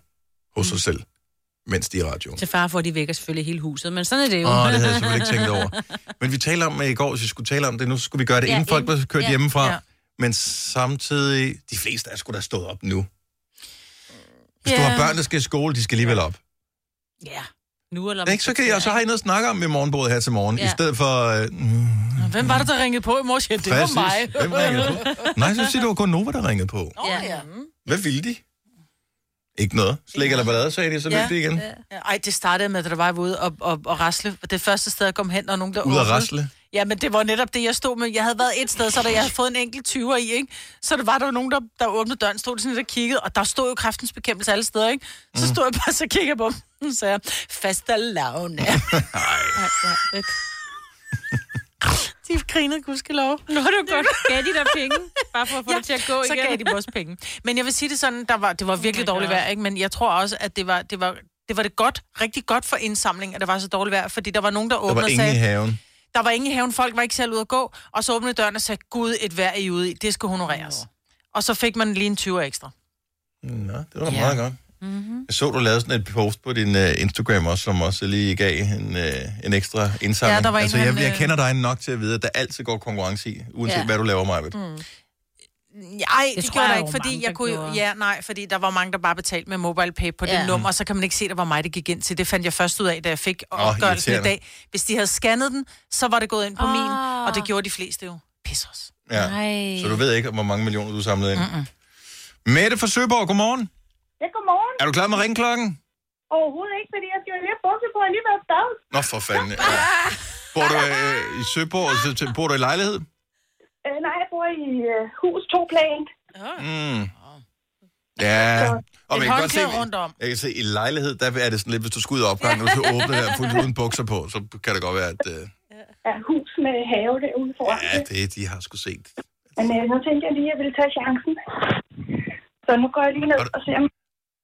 Speaker 1: hos sig selv, mens de er i radioen.
Speaker 3: til far for, at de vækker selvfølgelig hele huset. Men sådan er det jo.
Speaker 1: Åh, oh, det havde jeg selvfølgelig ikke tænkt over. Men vi talte om øh, i går, hvis vi skulle tale om det, nu skulle vi gøre det,
Speaker 3: Ja,
Speaker 1: ja, inden folk
Speaker 3: inden-
Speaker 1: var kørt
Speaker 3: ja,
Speaker 1: ja, hjemmefra.
Speaker 4: ja.
Speaker 1: Ja. Men samtidig, de fleste er sgu da stået op nu. Hvis yeah. du
Speaker 4: Ja.
Speaker 1: har børn, der skal i skole, de skal alligevel op.
Speaker 3: Ja. Nu eller om-
Speaker 1: Ikke? Så, kan jeg, så har I noget at snakke om ved morgenbordet her til morgen,
Speaker 3: Ja.
Speaker 1: i stedet for... Øh, mm,
Speaker 4: Nå, Hvem var det, der ringede på i morges? Ja, det var
Speaker 1: Præcis.
Speaker 4: mig.
Speaker 1: Hvem ringede på? Nej, så siger det var kun Nova, der ringede på.
Speaker 4: Åh, ja. Mm.
Speaker 1: Hvad ville de? Ikke noget. Slik eller ballade, sagde de, så løb
Speaker 4: Ja.
Speaker 1: de igen.
Speaker 4: Ej, det startede med, at der var jeg var ude og, og, og rasle. Det første sted, jeg kom hen, og nogen der
Speaker 1: Ud at
Speaker 4: åbnede.
Speaker 1: rasle.
Speaker 4: Ja, men det var netop det, jeg stod med. Jeg havde været et sted, så da jeg havde fået en enkelt 20'er i, ikke? Så det var der var nogen, der, der åbnede døren, stod sådan lidt og kiggede, og der stod jo kræftens bekæmpelse alle steder, ikke?
Speaker 1: Mm.
Speaker 4: Så stod jeg bare så kigger på dem, så sagde jeg, fasta lavne. de grinede, gudskelov.
Speaker 3: Nu har du godt. Gav de dig penge, bare for at få ja, det til at gå
Speaker 4: så
Speaker 3: igen.
Speaker 4: gav de vores penge. Men jeg vil sige det sådan, der var, det var virkelig
Speaker 3: my
Speaker 4: dårligt
Speaker 3: God.
Speaker 4: vejr, ikke? men jeg tror også, at det var, det var det var det godt, rigtig godt for indsamling, at der var så dårligt vejr, fordi der var nogen, der
Speaker 1: Der
Speaker 4: åbnede
Speaker 1: var
Speaker 4: og
Speaker 1: ingen i
Speaker 4: sagde,
Speaker 1: haven.
Speaker 4: der var ingen i haven, folk var ikke selv ude at gå, og så åbnede døren og sagde, gud, et vejr I er ude i, det skal honoreres. Og så fik man lige en 20 ekstra.
Speaker 1: Nå, det var da
Speaker 4: Ja. Mhm.
Speaker 1: meget godt. Jeg så, du lavede sådan et post på din uh, Instagram også, som også lige gav en, uh, en ekstra indsamling.
Speaker 4: Ja, der var en,
Speaker 1: altså, jeg,
Speaker 4: han,
Speaker 1: jeg
Speaker 4: øh,
Speaker 1: kender dig nok til at vide, at der altid går konkurrence i, uanset
Speaker 3: Ja.
Speaker 1: ja. hvad du laver, Majbet. Mm.
Speaker 4: Nej, det,
Speaker 3: tror
Speaker 4: det gjorde
Speaker 3: jeg
Speaker 4: der
Speaker 3: jo
Speaker 4: ikke, fordi
Speaker 3: mange, der
Speaker 4: jeg kunne jo,
Speaker 3: gjorde.
Speaker 4: ja, nej, fordi der var mange, der bare betalte med MobilePay på
Speaker 3: Ja.
Speaker 4: det nummer, og så kan man ikke se, at det var mig, det gik ind til. Det fandt jeg først ud af, da jeg fik opgørelsen i
Speaker 1: irriterende.
Speaker 4: dag. Hvis de havde scannet den, så var det gået ind på
Speaker 3: Ah.
Speaker 4: min, og det gjorde de fleste jo. Pis os.
Speaker 1: Ja.
Speaker 3: Nej.
Speaker 1: Så du ved ikke, hvor mange millioner du samlede ind. Mm-mm. Mette fra Søborg, godmorgen.
Speaker 8: Ja, godmorgen.
Speaker 1: Er du klar med ringklokken?
Speaker 8: Overhovedet ikke, fordi jeg skal jo lige have bukser på, og lige været dag.
Speaker 1: Nå, for fanden. Ja. Bor du øh, i Søborg? Så- Bor du i lejlighed?
Speaker 8: Øh, nej, jeg bor i øh, hus to plan.
Speaker 4: Ah.
Speaker 1: Mm. Ja, og man kan godt se,
Speaker 4: håndklæde rundt om.
Speaker 1: jeg kan se, i lejlighed, der er det sådan lidt, hvis du skal ud af opgangen, og du skal åbne der fuldt uden bukser på, så kan det godt være, at øh,
Speaker 8: Ja, hus med have derude foran.
Speaker 1: ja, det, de har sgu set.
Speaker 8: Men øh, så tænkte jeg lige, at jeg ville tage chancen. Så nu går jeg lige ned
Speaker 1: Har du-
Speaker 8: og ser, om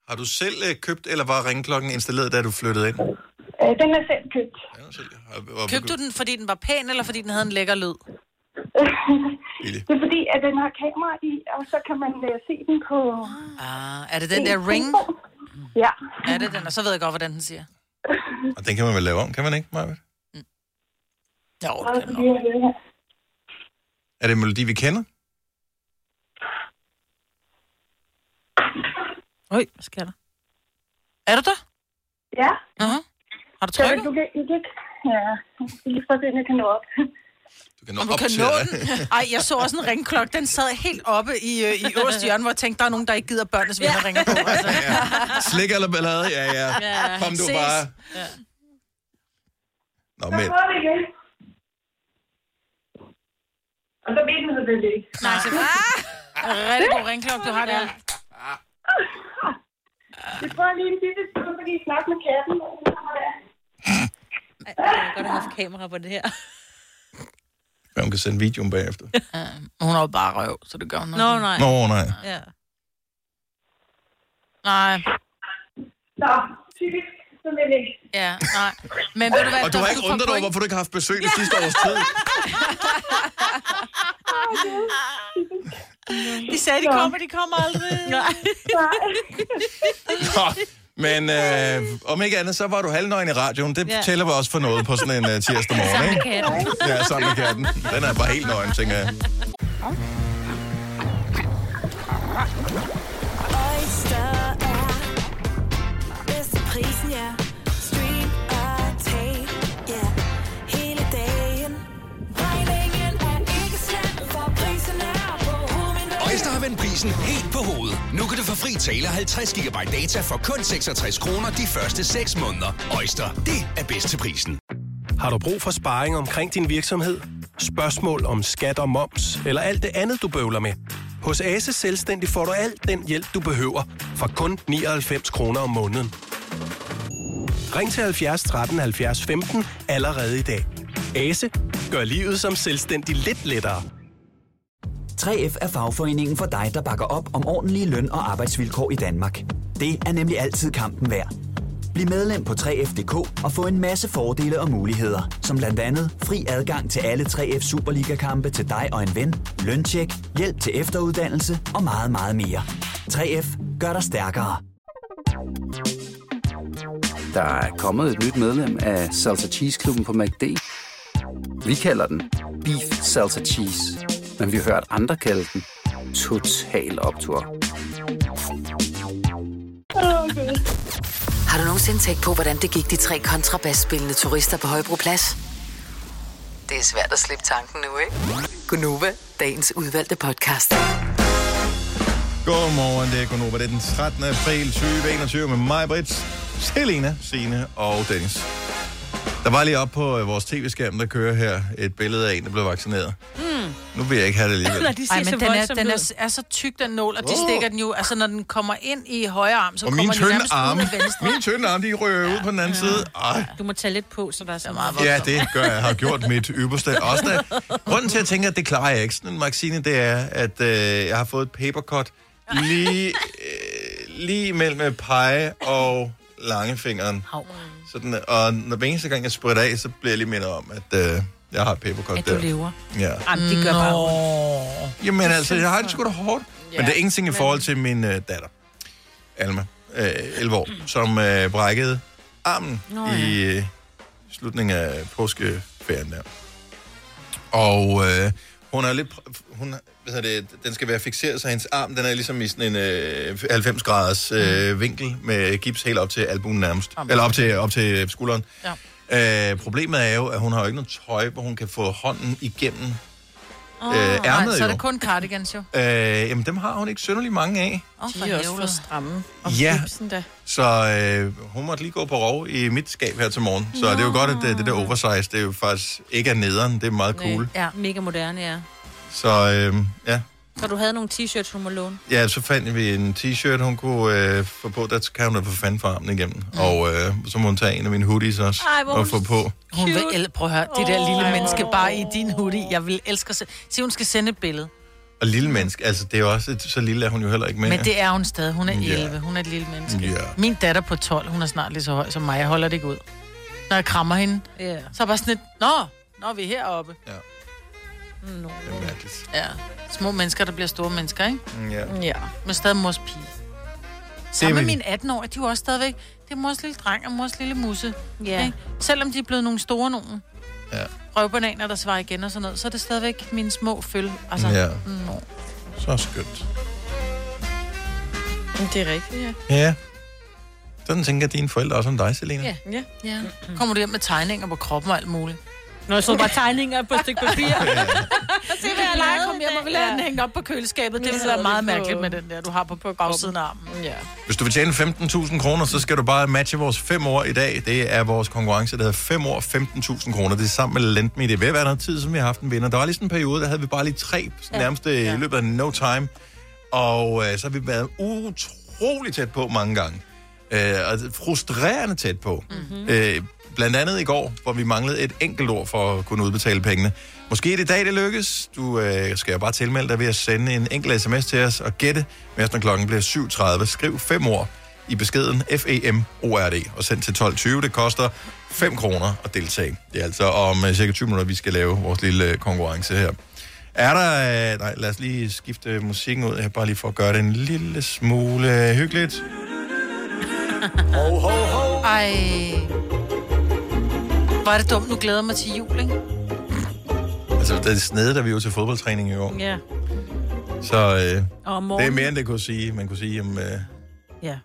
Speaker 1: Har du selv øh, købt, eller var ringklokken installeret, da du flyttede ind?
Speaker 8: øh, den er selv købt.
Speaker 1: Ja, selv. Og- og-
Speaker 4: Købte du den, fordi den var pæn, eller fordi den havde en lækker lyd?
Speaker 1: Billig.
Speaker 8: det er fordi, at den har kamera i, og så kan man øh, se den på...
Speaker 4: Ah, er det den der ring?
Speaker 8: Ja.
Speaker 4: Er det den? Og så ved jeg godt, hvordan den siger.
Speaker 1: Og den kan man vel lave om, kan man ikke, Maja?
Speaker 4: Jo,
Speaker 8: Og
Speaker 4: det
Speaker 8: så
Speaker 4: er nok.
Speaker 8: lige at høre her.
Speaker 1: Er det en melodi, vi kender?
Speaker 3: Øj, hvad sker der?
Speaker 4: er du der?
Speaker 8: Ja,
Speaker 4: Uh-huh. Har du
Speaker 8: så du
Speaker 4: trykket?
Speaker 8: kan ikke... Ja, jeg skal lige prøve at se, om jeg kan nå op.
Speaker 1: Du kan nå,
Speaker 4: Om du
Speaker 1: op
Speaker 4: kan
Speaker 1: til
Speaker 4: nå
Speaker 1: det.
Speaker 4: den? Ej, jeg så også en ringklokke. Den sad helt oppe i, øh, i øverste hjørne, hvor jeg tænkte, der er nogen, der ikke gider børnenes venner ringer på. Altså.
Speaker 1: Slik eller ballade? Ja, ja. Kom du
Speaker 4: ses.
Speaker 1: bare. Nå,
Speaker 8: Så
Speaker 1: men
Speaker 8: prøver vi igen. Og så ved den selvfølgelig ikke.
Speaker 4: Nej, så... Ah, rigtig god ringklokke, du har der.
Speaker 8: Vi prøver lige en sidste tur, fordi I snakker med katten. og så kommer der.
Speaker 3: Jeg kan godt have haft kamera på det her.
Speaker 1: man kan sende videoen bagefter.
Speaker 4: Hun er jo bare røv, så det gør hun nok.
Speaker 3: Nå,
Speaker 4: ikke.
Speaker 3: nej.
Speaker 1: Nå, nej.
Speaker 3: Ja.
Speaker 4: Nej,
Speaker 8: Nå, typisk. Så vil det ikke.
Speaker 4: ja, nej. Men ved du hvad,
Speaker 1: Og du har ikke
Speaker 4: får
Speaker 1: undret dig over,
Speaker 4: point.
Speaker 1: hvorfor du ikke har haft besøg det sidste års tid.
Speaker 4: De sagde, de kommer, de kommer aldrig.
Speaker 1: Nå, men øh, om ikke andet, så var du halvnøgen i radioen. Det
Speaker 3: Ja.
Speaker 1: ja. tæller vi også for noget på sådan en uh, tirsdag morgen,
Speaker 3: Sammen med
Speaker 1: ikke?
Speaker 3: katten.
Speaker 1: Ja, sammen med katten. Den er bare helt nøgen, tænker jeg.
Speaker 9: Oyster er bedst til prisen, ja. Stream og tag, ja.
Speaker 10: prisen helt på hovedet. Nu kan du få fri tale 50 GB data for kun 66 kroner de første 6 måneder. Øjster, det er bedst til prisen.
Speaker 11: Har du brug for sparring omkring din virksomhed? Spørgsmål om skat og moms, eller alt det andet, du bøvler med? Hos Ase Selvstændig får du alt den hjælp, du behøver, for kun 99 kroner om måneden. Ring til 70 13 70 15 allerede i dag. Ase gør livet som selvstændig lidt lettere.
Speaker 12: 3F er fagforeningen for dig, der bakker op om ordentlige løn- og arbejdsvilkår i Danmark. Det er nemlig altid kampen værd. Bliv medlem på 3F.dk og få en masse fordele og muligheder, som blandt andet fri adgang til alle 3F Superliga-kampe til dig og en ven, løntjek, hjælp til efteruddannelse og meget, meget mere. 3F gør dig stærkere.
Speaker 13: Der er kommet et nyt medlem af Salsa Cheese Klubben på MACD. Vi kalder den Beef Salsa Cheese, men vi har hørt andre kalde den Total Optor.
Speaker 2: Har du nogensinde tænkt på, hvordan det gik de tre kontrabasspillende turister på Højbroplads? Det er svært at slippe tanken nu, ikke? Gunova, dagens udvalgte podcast.
Speaker 1: Godmorgen, det er Konoba. Det er den 13. april 2021 med mig, Brits, Selena, Sine og Dennis. Der var lige op på øh, vores tv-skærm, der kører her, et billede af en, der blev vaccineret.
Speaker 4: Mm.
Speaker 1: Nu vil jeg ikke have det alligevel.
Speaker 4: Når de ser Ej, men den, er, den er, er så tyk, den nål, og de
Speaker 1: Wow.
Speaker 4: stikker den jo, altså når den kommer ind i højre arm, så
Speaker 1: og
Speaker 4: kommer
Speaker 1: mine
Speaker 4: den
Speaker 1: tynde
Speaker 4: nærmest
Speaker 1: arme,
Speaker 4: ud af venstre.
Speaker 1: mine tynde arme, de rører ud på den anden side. Ej,
Speaker 3: Du må tage lidt på, så der er så meget
Speaker 1: ja, det gør jeg. Jeg har gjort mit ypperste. Også da, grunden til, at jeg tænker, at det klarer jeg ikke, sådan en vaccine, det er, at øh, jeg har fået et papercut lige, øh, lige mellem pege og langefingeren. Sådan, og når hver eneste gang, jeg spritter af, så bliver jeg lige mindet om, at øh, jeg har et papercut
Speaker 3: At
Speaker 1: der.
Speaker 3: du lever.
Speaker 1: Ja.
Speaker 3: Jamen, det gør bare
Speaker 1: ondt. Jamen altså, jeg har det sgu da hårdt. Ja, men det er ingenting i forhold til min øh, datter, Alma, øh, 11 år, som øh, brækkede armen Nå,
Speaker 6: Nå, ja.
Speaker 1: ja. i øh, slutningen af påskeferien der. Og øh, hun er lidt... pr- Hun, hvad hedder det, den skal være fixeret, så hendes arm, den er ligesom i sådan en øh, 90-graders øh, vinkel med gips helt op til albuen nærmest.
Speaker 6: Jamen.
Speaker 1: Eller op til, op til skulderen.
Speaker 6: Ja.
Speaker 1: Øh, problemet er jo, at hun har jo ikke noget tøj, hvor hun kan få hånden igennem
Speaker 4: Åh,
Speaker 1: øh,
Speaker 4: nej,
Speaker 1: ærmet
Speaker 4: så er
Speaker 1: jo.
Speaker 4: det kun cardigans jo.
Speaker 1: Øh, jamen, dem har hun ikke synderlig mange af.
Speaker 4: Oh,
Speaker 5: De er også for stramme. Og
Speaker 1: Ja.
Speaker 5: knipsen da.
Speaker 1: Så øh, hun måtte lige gå på rov i mit skab her til morgen. Så det er jo godt, at det, det der oversize, det er jo faktisk ikke er nederen. Det er meget cool.
Speaker 3: Ja, mega moderne, ja.
Speaker 1: Så øh, ja.
Speaker 3: Så du havde nogle t-shirts, hun må låne.
Speaker 1: ja, så fandt vi en t-shirt, hun kunne øh, få på. Der kan hun da få fanden for armen igennem. Mm. Og øh, så må hun tage en af mine hoodies også
Speaker 4: Ej, hvor
Speaker 1: og
Speaker 4: hun
Speaker 1: få på.
Speaker 4: Hun vil el- prøv at høre, det der lille menneske bare i din hoodie. Jeg vil elske at se. Se, hun skal sende et billede.
Speaker 1: Og lille menneske, altså det er jo også, et, så lille er hun jo heller ikke mere.
Speaker 4: Men det er hun stadig. Hun er
Speaker 1: Ja.
Speaker 4: 11. Hun er et lille menneske.
Speaker 1: Ja.
Speaker 4: Min datter på 12, hun er snart lige så høj som mig. Jeg holder det ikke ud. Når jeg krammer hende,
Speaker 3: yeah.
Speaker 4: så er jeg bare sådan lidt, Nå, nå, vi er heroppe.
Speaker 1: Ja.
Speaker 3: Mm,
Speaker 4: Nå.
Speaker 1: Det er mærkeligt.
Speaker 4: Ja. Små mennesker, der bliver store mennesker, ikke?
Speaker 1: Ja.
Speaker 4: Ja. Men stadig mors pige. Sammen med
Speaker 1: vil-
Speaker 4: min 18-årige, de er jo også stadigvæk, det er mors lille dreng og mors lille musse.
Speaker 3: Ja.
Speaker 4: Ikke? Selvom de er blevet nogle store nogen.
Speaker 1: Ja.
Speaker 4: Røvbananer, der svarer igen og sådan noget, så er det stadigvæk mine små føl. Altså,
Speaker 1: Ja.
Speaker 4: mm.
Speaker 1: Så skønt.
Speaker 5: Men det er rigtigt, ja.
Speaker 1: Ja. Sådan tænker dine forældre også om dig, Selena.
Speaker 4: Ja. ja. ja. Kommer du hjem med tegninger på kroppen og alt muligt?
Speaker 3: Nå, jeg så bare tegninger på et stykke papir.
Speaker 4: Se, hvad jeg leger. Kom hjem og vil have den hængt op på køleskabet. Det
Speaker 5: Men
Speaker 4: ville
Speaker 5: så er
Speaker 4: være
Speaker 5: det
Speaker 4: meget
Speaker 5: på-
Speaker 4: mærkeligt med den der, du har på, på bagsiden af armen.
Speaker 5: Ja.
Speaker 1: Hvis du vil tjene 15.000 kroner, så skal du bare matche vores 5 år i dag. Det er vores konkurrence, der hedder 5 år 15.000 kroner. Det er sammen med Lendme. Det er ved at være noget tid, som vi har haft en vinder. Der var lige sådan en periode, der havde vi bare lige tre ja. nærmest øh, i ja. løbet af no time. Og øh, så har vi været utrolig tæt på mange gange. Øh, og frustrerende tæt på. Mm-hmm. Øh, blandt andet i går, hvor vi manglede et enkelt ord for at kunne udbetale pengene. Måske er det i dag, det lykkes. Du øh, skal jo bare tilmelde dig ved at sende en enkelt sms til os og gætte, mens når klokken bliver 7.30. Skriv fem ord i beskeden E F-E-M-O-R-D og send til 12.20. Det koster 5 kroner at deltage. Det er altså om øh, cirka 20 minutter, vi skal lave vores lille øh, konkurrence her. Er der... Øh, nej, lad os lige skifte musikken ud her, bare lige for at gøre det en lille smule hyggeligt.
Speaker 4: Ho, ho, ho. Ej. Hvor er det dumt, nu glæder jeg mig til jul, ikke?
Speaker 1: Altså, det snede, da vi var til fodboldtræning i går.
Speaker 4: Ja.
Speaker 1: Så øh,
Speaker 3: Og om
Speaker 1: det er
Speaker 3: morgenen.
Speaker 1: mere, end det kunne sige. Man kunne sige om, øh,
Speaker 3: Ja.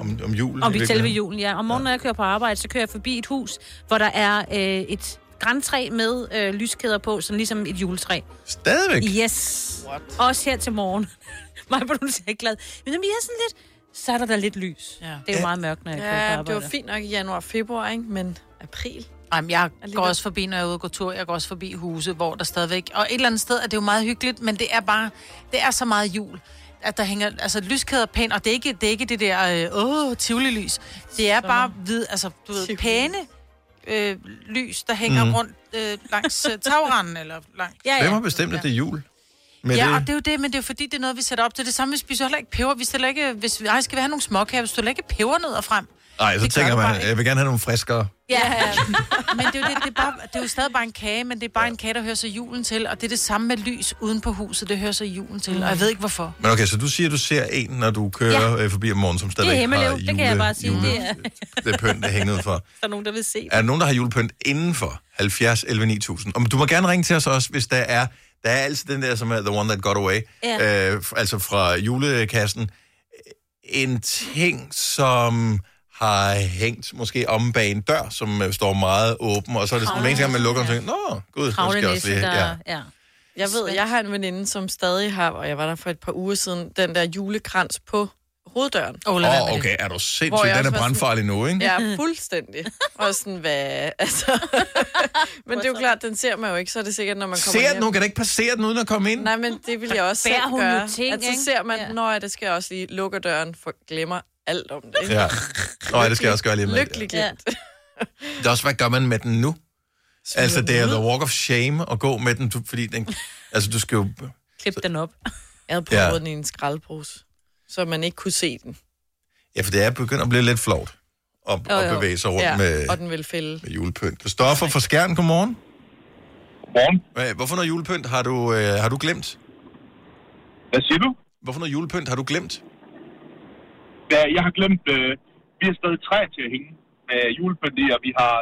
Speaker 1: om, om julen.
Speaker 3: Og
Speaker 1: i
Speaker 3: vi tæller ved
Speaker 1: virkeligheden.
Speaker 3: julen, ja. Om morgenen, når jeg kører på arbejde, så kører jeg forbi et hus, hvor der er øh, et græntræ med øh, lyskæder på, sådan ligesom et juletræ.
Speaker 1: Stadigvæk?
Speaker 3: Yes. What? Også her til morgen. Mig på du ser ikke glad. Men jamen, jeg er sådan lidt, så er der da lidt lys. Ja. Det er jo meget mørkt, når jeg ja,
Speaker 5: Ja,
Speaker 3: kommer
Speaker 5: det var fint nok i januar februar, ikke? Men april?
Speaker 4: Ej, men jeg går også forbi, når jeg er ude og går tur. Jeg går også forbi huse, hvor der stadigvæk... Og et eller andet sted er det jo meget hyggeligt, men det er bare... Det er så meget jul, at der hænger... Altså, lyskæder er pænt, og det er ikke det, er ikke det der... Øh, åh, tivoli-lys. Det er bare hvid, altså, du ved, pæne øh, lys, der hænger
Speaker 1: Mhm.
Speaker 4: mm. rundt øh, langs øh, tagranden, eller langs...
Speaker 1: Ja, ja. Hvem har bestemt, at det er jul? Men
Speaker 4: ja,
Speaker 1: det-
Speaker 4: og det er jo det, men det er jo fordi, det er noget, vi sætter op til. Det samme, vi spiser heller ikke peber. Vi stiller ikke, hvis vi, ej, skal vi have nogle småkager, vi stiller ikke pebernødder frem.
Speaker 1: Nej, så
Speaker 4: Det gør
Speaker 1: tænker
Speaker 4: du bare
Speaker 1: man, jeg vil gerne have nogle friskere.
Speaker 4: Ja, ja. men det er, jo det, det, er bare, det er jo stadig bare en kage, men det er bare en kage, der hører sig julen til, og det er det samme med lys uden på huset, det hører sig julen til, og jeg ved ikke hvorfor.
Speaker 1: Men okay, så du siger, at du ser en, når du kører
Speaker 4: Ja.
Speaker 1: ja. forbi om morgenen, som stadig
Speaker 3: Det er
Speaker 1: har
Speaker 3: Himmeløv,
Speaker 1: jule,
Speaker 3: det kan jeg bare sige.
Speaker 1: Jule,
Speaker 3: Det er, der
Speaker 1: det pynt, der hænger for.
Speaker 3: er nogen, der vil se det.
Speaker 1: Er der nogen, der har julepynt indenfor 70 11 9000? Og du må gerne ringe til os også, hvis der er... Der er altid den der, som er the one that got away.
Speaker 14: Ja.
Speaker 1: Øh, f- altså fra julekassen. En ting, som har hængt måske om bag en dør, som øh, står meget åben, og så er det sådan, hver eneste gang man lukker den, tænker, nå, gud, nu skal jeg også lige... Ja.
Speaker 3: ja.
Speaker 5: Jeg ved, jeg har en veninde, som stadig har, og jeg var der for et par uger siden, den der julekrans på hoveddøren.
Speaker 1: Åh, oh, okay, er du
Speaker 5: Hvor
Speaker 1: sindssyg?
Speaker 5: jeg
Speaker 1: Den
Speaker 5: også
Speaker 1: er
Speaker 5: var sådan-
Speaker 1: brandfarlig nu, ikke?
Speaker 5: Ja, fuldstændig. Og sådan, hvad... Altså. men det er jo klart, den ser man jo ikke, så er det sikkert, når man
Speaker 1: Ser
Speaker 5: kommer hjem.
Speaker 1: den? Hun kan da ikke passere den, uden at komme ind.
Speaker 5: Nej, men det vil jeg også
Speaker 1: Bærer
Speaker 5: selv
Speaker 1: hun
Speaker 5: gøre.
Speaker 1: jo ting,
Speaker 5: at så
Speaker 1: ikke?
Speaker 5: ser man, ja. når jeg det skal jeg også lige lukke døren, for glemmer alt om det. ikke?
Speaker 1: Ja. Nå, ja, det skal jeg også gøre lige med.
Speaker 5: Lykkelig glemt. Ja.
Speaker 1: Det er også, hvad gør man med den nu? Altså, det er the walk of shame at gå med den, du- fordi den... Altså, du skal jo...
Speaker 3: Klip den op.
Speaker 5: Jeg havde
Speaker 1: Ja.
Speaker 5: prøvet ja. den i en skraldbrus, så man ikke kunne se den.
Speaker 1: Ja, for det er begyndt at blive lidt flovt at, at bevæge sig rundt
Speaker 5: ja.
Speaker 1: med,
Speaker 5: Og den vil fælde.
Speaker 1: med julepynt. Christoffer fra Skjern, godmorgen. Godmorgen. Hvorfor noget julepynt har du, øh, har du glemt? Hvad siger du? Hvorfor noget julepynt har du glemt?
Speaker 15: Ja, jeg har glemt, øh, vi har stadig træ til at hænge med julepynt i, og vi har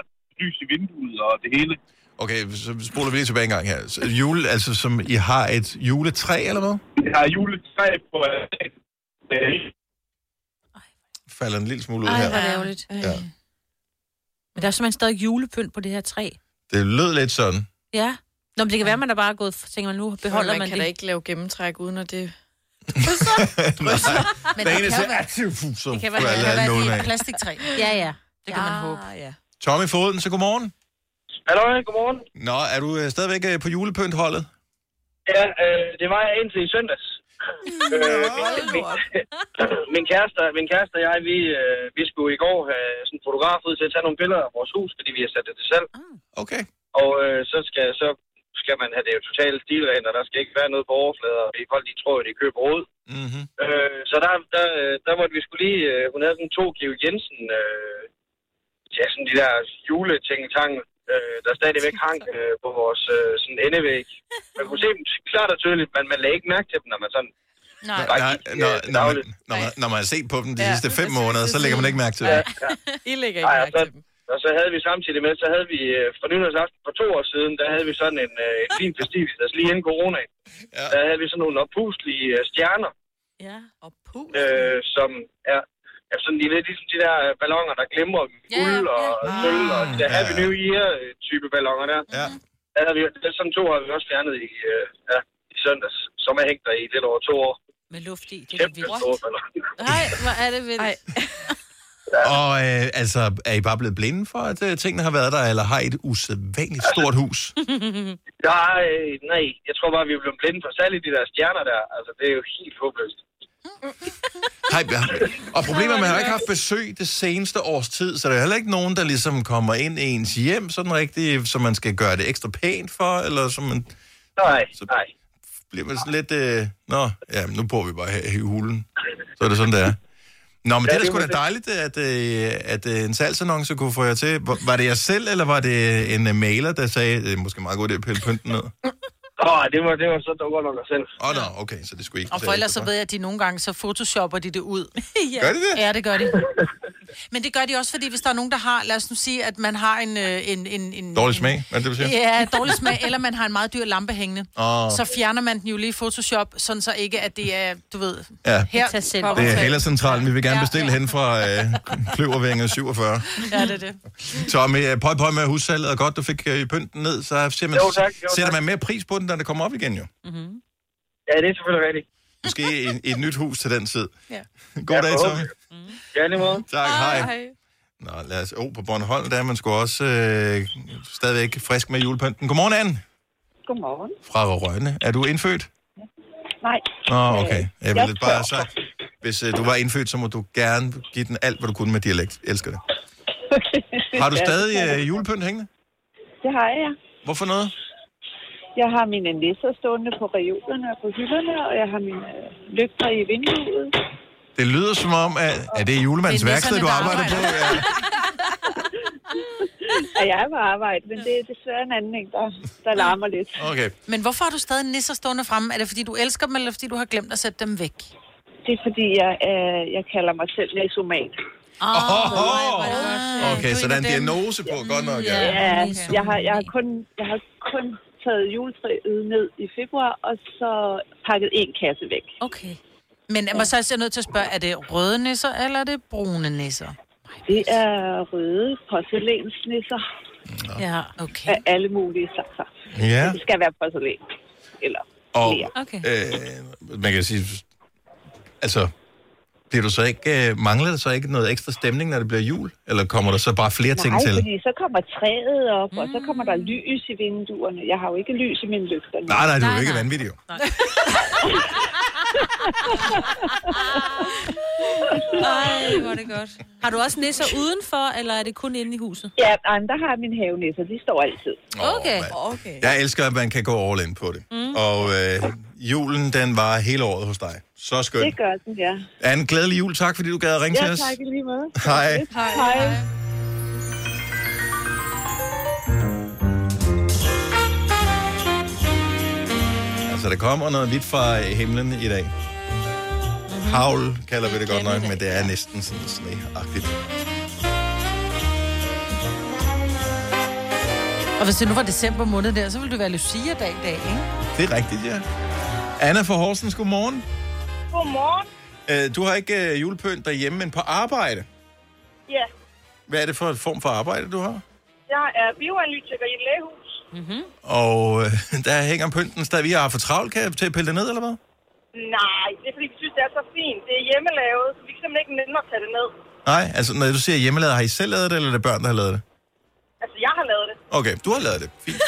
Speaker 15: lys i vinduet og det hele.
Speaker 1: Okay, så spoler vi lige tilbage en gang her. Så Jule, altså som I har et juletræ eller hvad?
Speaker 15: Vi har juletræ på øh, øh,
Speaker 1: Falder en lille smule ud
Speaker 3: Ej,
Speaker 1: her.
Speaker 3: hvor er det ærgerligt.
Speaker 1: Ja.
Speaker 3: Men der er simpelthen stadig julepynt på det her træ.
Speaker 1: Det lød lidt sådan.
Speaker 3: Ja. Nå, men det kan være, man er bare gået, tænker man nu, beholder
Speaker 5: man
Speaker 3: man,
Speaker 5: kan
Speaker 3: det.
Speaker 5: da ikke lave gennemtræk uden at det...
Speaker 1: Nej,
Speaker 3: Men
Speaker 1: der
Speaker 3: det
Speaker 1: er
Speaker 3: kan
Speaker 1: en, der
Speaker 3: jo
Speaker 1: siger,
Speaker 3: være-
Speaker 1: "Ah, tju, fu, så
Speaker 3: Det kan være,
Speaker 1: falder
Speaker 3: det kan være
Speaker 1: nålen
Speaker 3: et
Speaker 1: af."
Speaker 3: helt
Speaker 4: plastiktræ.
Speaker 3: Ja, ja.
Speaker 4: Det kan man håbe.
Speaker 5: Ja.
Speaker 1: Tommy Foden, så godmorgen.
Speaker 16: Hallo, godmorgen.
Speaker 1: Nå, er du øh, stadigvæk øh, på julepyntholdet?
Speaker 16: Ja, øh, det var jeg indtil i søndags. Øh, min, min, min, kæreste, min kæreste og jeg, vi, øh, vi skulle i går have sådan en fotograf ud til at tage nogle billeder af vores hus, fordi vi har sat det til salg.
Speaker 1: Ah, Okay.
Speaker 16: Og øh, så, skal, så skal man have det jo totalt stilrent, og der skal ikke være noget på overflader, og folk de tror, at de køber råd.
Speaker 1: Mm-hmm.
Speaker 16: Øh, så der, der, øh, der måtte vi skulle lige... Øh, hun havde sådan to Georg Jensen... Øh, ja, sådan de der juletingetang, øh, der stadigvæk hang øh, på vores øh, sådan endevæg. Man kunne se dem klart og tydeligt, men man lagde ikke mærke til dem, når man sådan...
Speaker 1: Nej,
Speaker 16: Bare
Speaker 1: nej,
Speaker 16: gik, øh,
Speaker 1: når,
Speaker 16: til
Speaker 1: når, man,
Speaker 16: dagligt.
Speaker 1: når, man, når man har set på dem de
Speaker 16: Ja,
Speaker 1: sidste fem måneder, så lægger man ikke mærke til
Speaker 16: Ja,
Speaker 1: det.
Speaker 16: ja.
Speaker 5: I lægger
Speaker 16: ikke mærke til dem. Og så havde vi samtidig med, så havde vi øh, fra nytårsaften for to år siden, der havde vi sådan en, øh, en fin festivitas, altså lige inden corona.
Speaker 1: Ja.
Speaker 16: Der havde vi sådan nogle opuslige øh, stjerner,
Speaker 3: Ja.
Speaker 16: øh, som er ja, sådan de, lidt ligesom de der øh, ballonger, der glemmer
Speaker 3: Ja,
Speaker 16: guld og sølv og de der
Speaker 1: Ja,
Speaker 16: Happy
Speaker 1: ja.
Speaker 16: New Year-type ballonger der.
Speaker 1: Ja.
Speaker 16: der havde vi, sådan to har vi også fjernet i, øh, ja, i søndags, som er hængt der i lidt over to år.
Speaker 3: Med luft i,
Speaker 16: det er vildt. Store ballonger.
Speaker 3: Nej, hvor er det vildt.
Speaker 1: Og øh, altså, er I bare blevet blinde for, at øh, tingene har været der, eller har I et usædvanligt stort hus?
Speaker 16: Nej, øh, nej, jeg tror bare, vi er blevet blinde for særligt de der stjerner der. Altså, det er jo helt håbløst.
Speaker 1: Hej, ja. Og problemet er, at man har ikke haft besøg det seneste års tid, så der er heller ikke nogen, der ligesom kommer ind i ens hjem, sådan rigtigt, som man skal gøre det ekstra pænt for, eller som man...
Speaker 16: Nej, nej.
Speaker 1: Bliver man sådan lidt... Øh, nå, ja, men nu bor vi bare her i hulen. Så er det sådan, det er. Nå, men
Speaker 16: Ja,
Speaker 1: ja, det er da
Speaker 16: det
Speaker 1: sgu
Speaker 16: må
Speaker 1: da
Speaker 16: det.
Speaker 1: dejligt, at, øh, at øh, en salgsannonce kunne få jer til. Var- Var det jer selv, eller var det en øh, maler, der sagde, det er måske meget godt at pille pynten ned?
Speaker 16: Åh, oh, det var, det var så dog godt nok os selv.
Speaker 1: Åh, oh, nå, okay, så det skulle I ikke...
Speaker 4: Og for
Speaker 1: betale
Speaker 4: ellers så
Speaker 1: ekstra
Speaker 4: ved jeg, at de nogle gange så photoshopper de det ud. ja.
Speaker 1: Gør de det?
Speaker 4: Ja, det gør de. Men det gør de også, fordi hvis der er nogen, der har, lad os nu sige, at man har en... øh, en, en, en
Speaker 1: for? Dårlig smag, er det det, du siger? Ah.
Speaker 4: Ja, dårlig smag, eller man har en meget dyr lampe hængende.
Speaker 1: Åh.
Speaker 4: Så fjerner man den jo lige i Photoshop, sådan så ikke, at det er, du ved,
Speaker 1: Ja.
Speaker 4: her.
Speaker 1: Det er Hellercentralen, vi vil gerne bestille hen fra øh, Kløvervænget 47.
Speaker 4: Ja, det er det.
Speaker 1: Tommy, øh, pøj pøj med hussalget, og godt du fik øh, pynten ned, så ser man,
Speaker 16: Jo, tak. Jo,
Speaker 1: sætter
Speaker 16: tak.
Speaker 3: Mm-hmm.
Speaker 1: man mere pris på den, når det kommer op igen jo.
Speaker 16: Ja, det er selvfølgelig rigtigt.
Speaker 1: Måske et, et nyt hus til den tid.
Speaker 4: Ja.
Speaker 1: God dag, Tommy.
Speaker 16: Mm-hmm. Ja, lige måde.
Speaker 1: Tak, hej. Nå, lad os... Oh, på Bornholm, der er man sgu også øh, stadigvæk frisk med julepynten. Godmorgen, Anne.
Speaker 17: Godmorgen.
Speaker 1: Fra Rønne. Er du indfødt?
Speaker 17: Nej.
Speaker 1: Nå, okay. Jeg
Speaker 17: Jeg
Speaker 1: ville lidt bare så... Hvis øh, du var indfødt, så må du gerne give den alt, hvad du kunne med dialekt. Elsker det. Har du
Speaker 17: Ja, det kan
Speaker 1: stadig
Speaker 17: jeg.
Speaker 1: øh, julepynt hængende?
Speaker 17: Det har jeg.
Speaker 1: Hvorfor noget?
Speaker 17: Jeg har mine nisser stående på reolerne og på hylderne, og jeg har mine øh, lygter i vinduet.
Speaker 1: Det lyder som om, at er det julemandens
Speaker 17: Det er
Speaker 1: værksted, du
Speaker 17: nisserne, der
Speaker 1: arbejder på? Ja.
Speaker 17: og jeg er på arbejde, men det er desværre en anden en, der, der larmer lidt.
Speaker 1: Okay.
Speaker 4: Men hvorfor har du stadig nisser stående fremme? Er det fordi, du elsker dem, eller fordi du har glemt at sætte dem væk?
Speaker 17: Det er fordi, jeg, øh, jeg kalder mig selv næsomat.
Speaker 1: Åh, Okay, så der er en diagnose på, godt nok.
Speaker 17: Ja, jeg, har, jeg, har kun, jeg har kun taget juletræet ned i februar, og så pakket en kasse væk.
Speaker 3: Okay.
Speaker 4: Men er man så også nødt til at spørge, er det røde nisser, eller er det brune nisser?
Speaker 17: Det er røde porcelænsnisser
Speaker 4: Ja, okay.
Speaker 17: af alle mulige slags.
Speaker 1: Ja.
Speaker 17: Det skal være porcelæn. Eller
Speaker 1: Og
Speaker 17: Okay.
Speaker 1: øh, man kan sige, altså, bliver du så ikke, øh, mangler der så ikke noget ekstra stemning, når det bliver jul? Eller kommer der så bare flere ting
Speaker 17: Nej,
Speaker 1: til?
Speaker 17: fordi så kommer træet op, mm. og så kommer der lys i vinduerne. Jeg har jo ikke lys i mine lygter. nu.
Speaker 1: Nej, nej, du er jo ikke vanvittig. jo.
Speaker 3: Ej, hvor er det godt. Har du også nisser udenfor, eller er det kun inde i huset?
Speaker 17: Ja, nej, men der har jeg mine havenæsser. De står altid.
Speaker 3: Okay. okay.
Speaker 1: Jeg elsker, at man kan gå all in på det. Mm. Og øh, julen, den var hele året hos dig. Så
Speaker 17: Det
Speaker 1: skønt.
Speaker 17: gør den, ja.
Speaker 1: Anne, glædelig jul. Tak, fordi du gad at ringe
Speaker 17: ja,
Speaker 1: til os.
Speaker 17: tak i lige måde.
Speaker 1: Hej.
Speaker 17: Hej. Hej.
Speaker 1: Altså, der kommer noget vidt fra øh, himlen i dag. Havl kalder vi det godt nok, men det er næsten sådan sneagtigt.
Speaker 4: Og hvis det nu var december måned der, så ville du være Lucia-dag i dag, ikke?
Speaker 1: Det er rigtigt, ja. Anna fra Horsens, godmorgen.
Speaker 18: Godmorgen.
Speaker 1: Øh, Du har ikke øh, julepynt derhjemme, men på arbejde.
Speaker 18: Ja,
Speaker 1: Hvad er det for en form for arbejde, du har?
Speaker 18: jeg er bioanalytiker i et lægehus. Mm-hmm.
Speaker 1: Og øh, der hænger pynten stadig. Vi har for travlt kan jeg, til at pille det ned, eller hvad?
Speaker 18: Nej, det er fordi, vi synes, det er så fint. Det er hjemmelavet, så vi kan simpelthen ikke nemme at tage det ned.
Speaker 1: Nej, altså når du siger hjemmelavet, har I selv lavet det, eller er det børn, der har lavet det?
Speaker 18: Altså, jeg har lavet det.
Speaker 1: Okay, du har lavet det. Fint.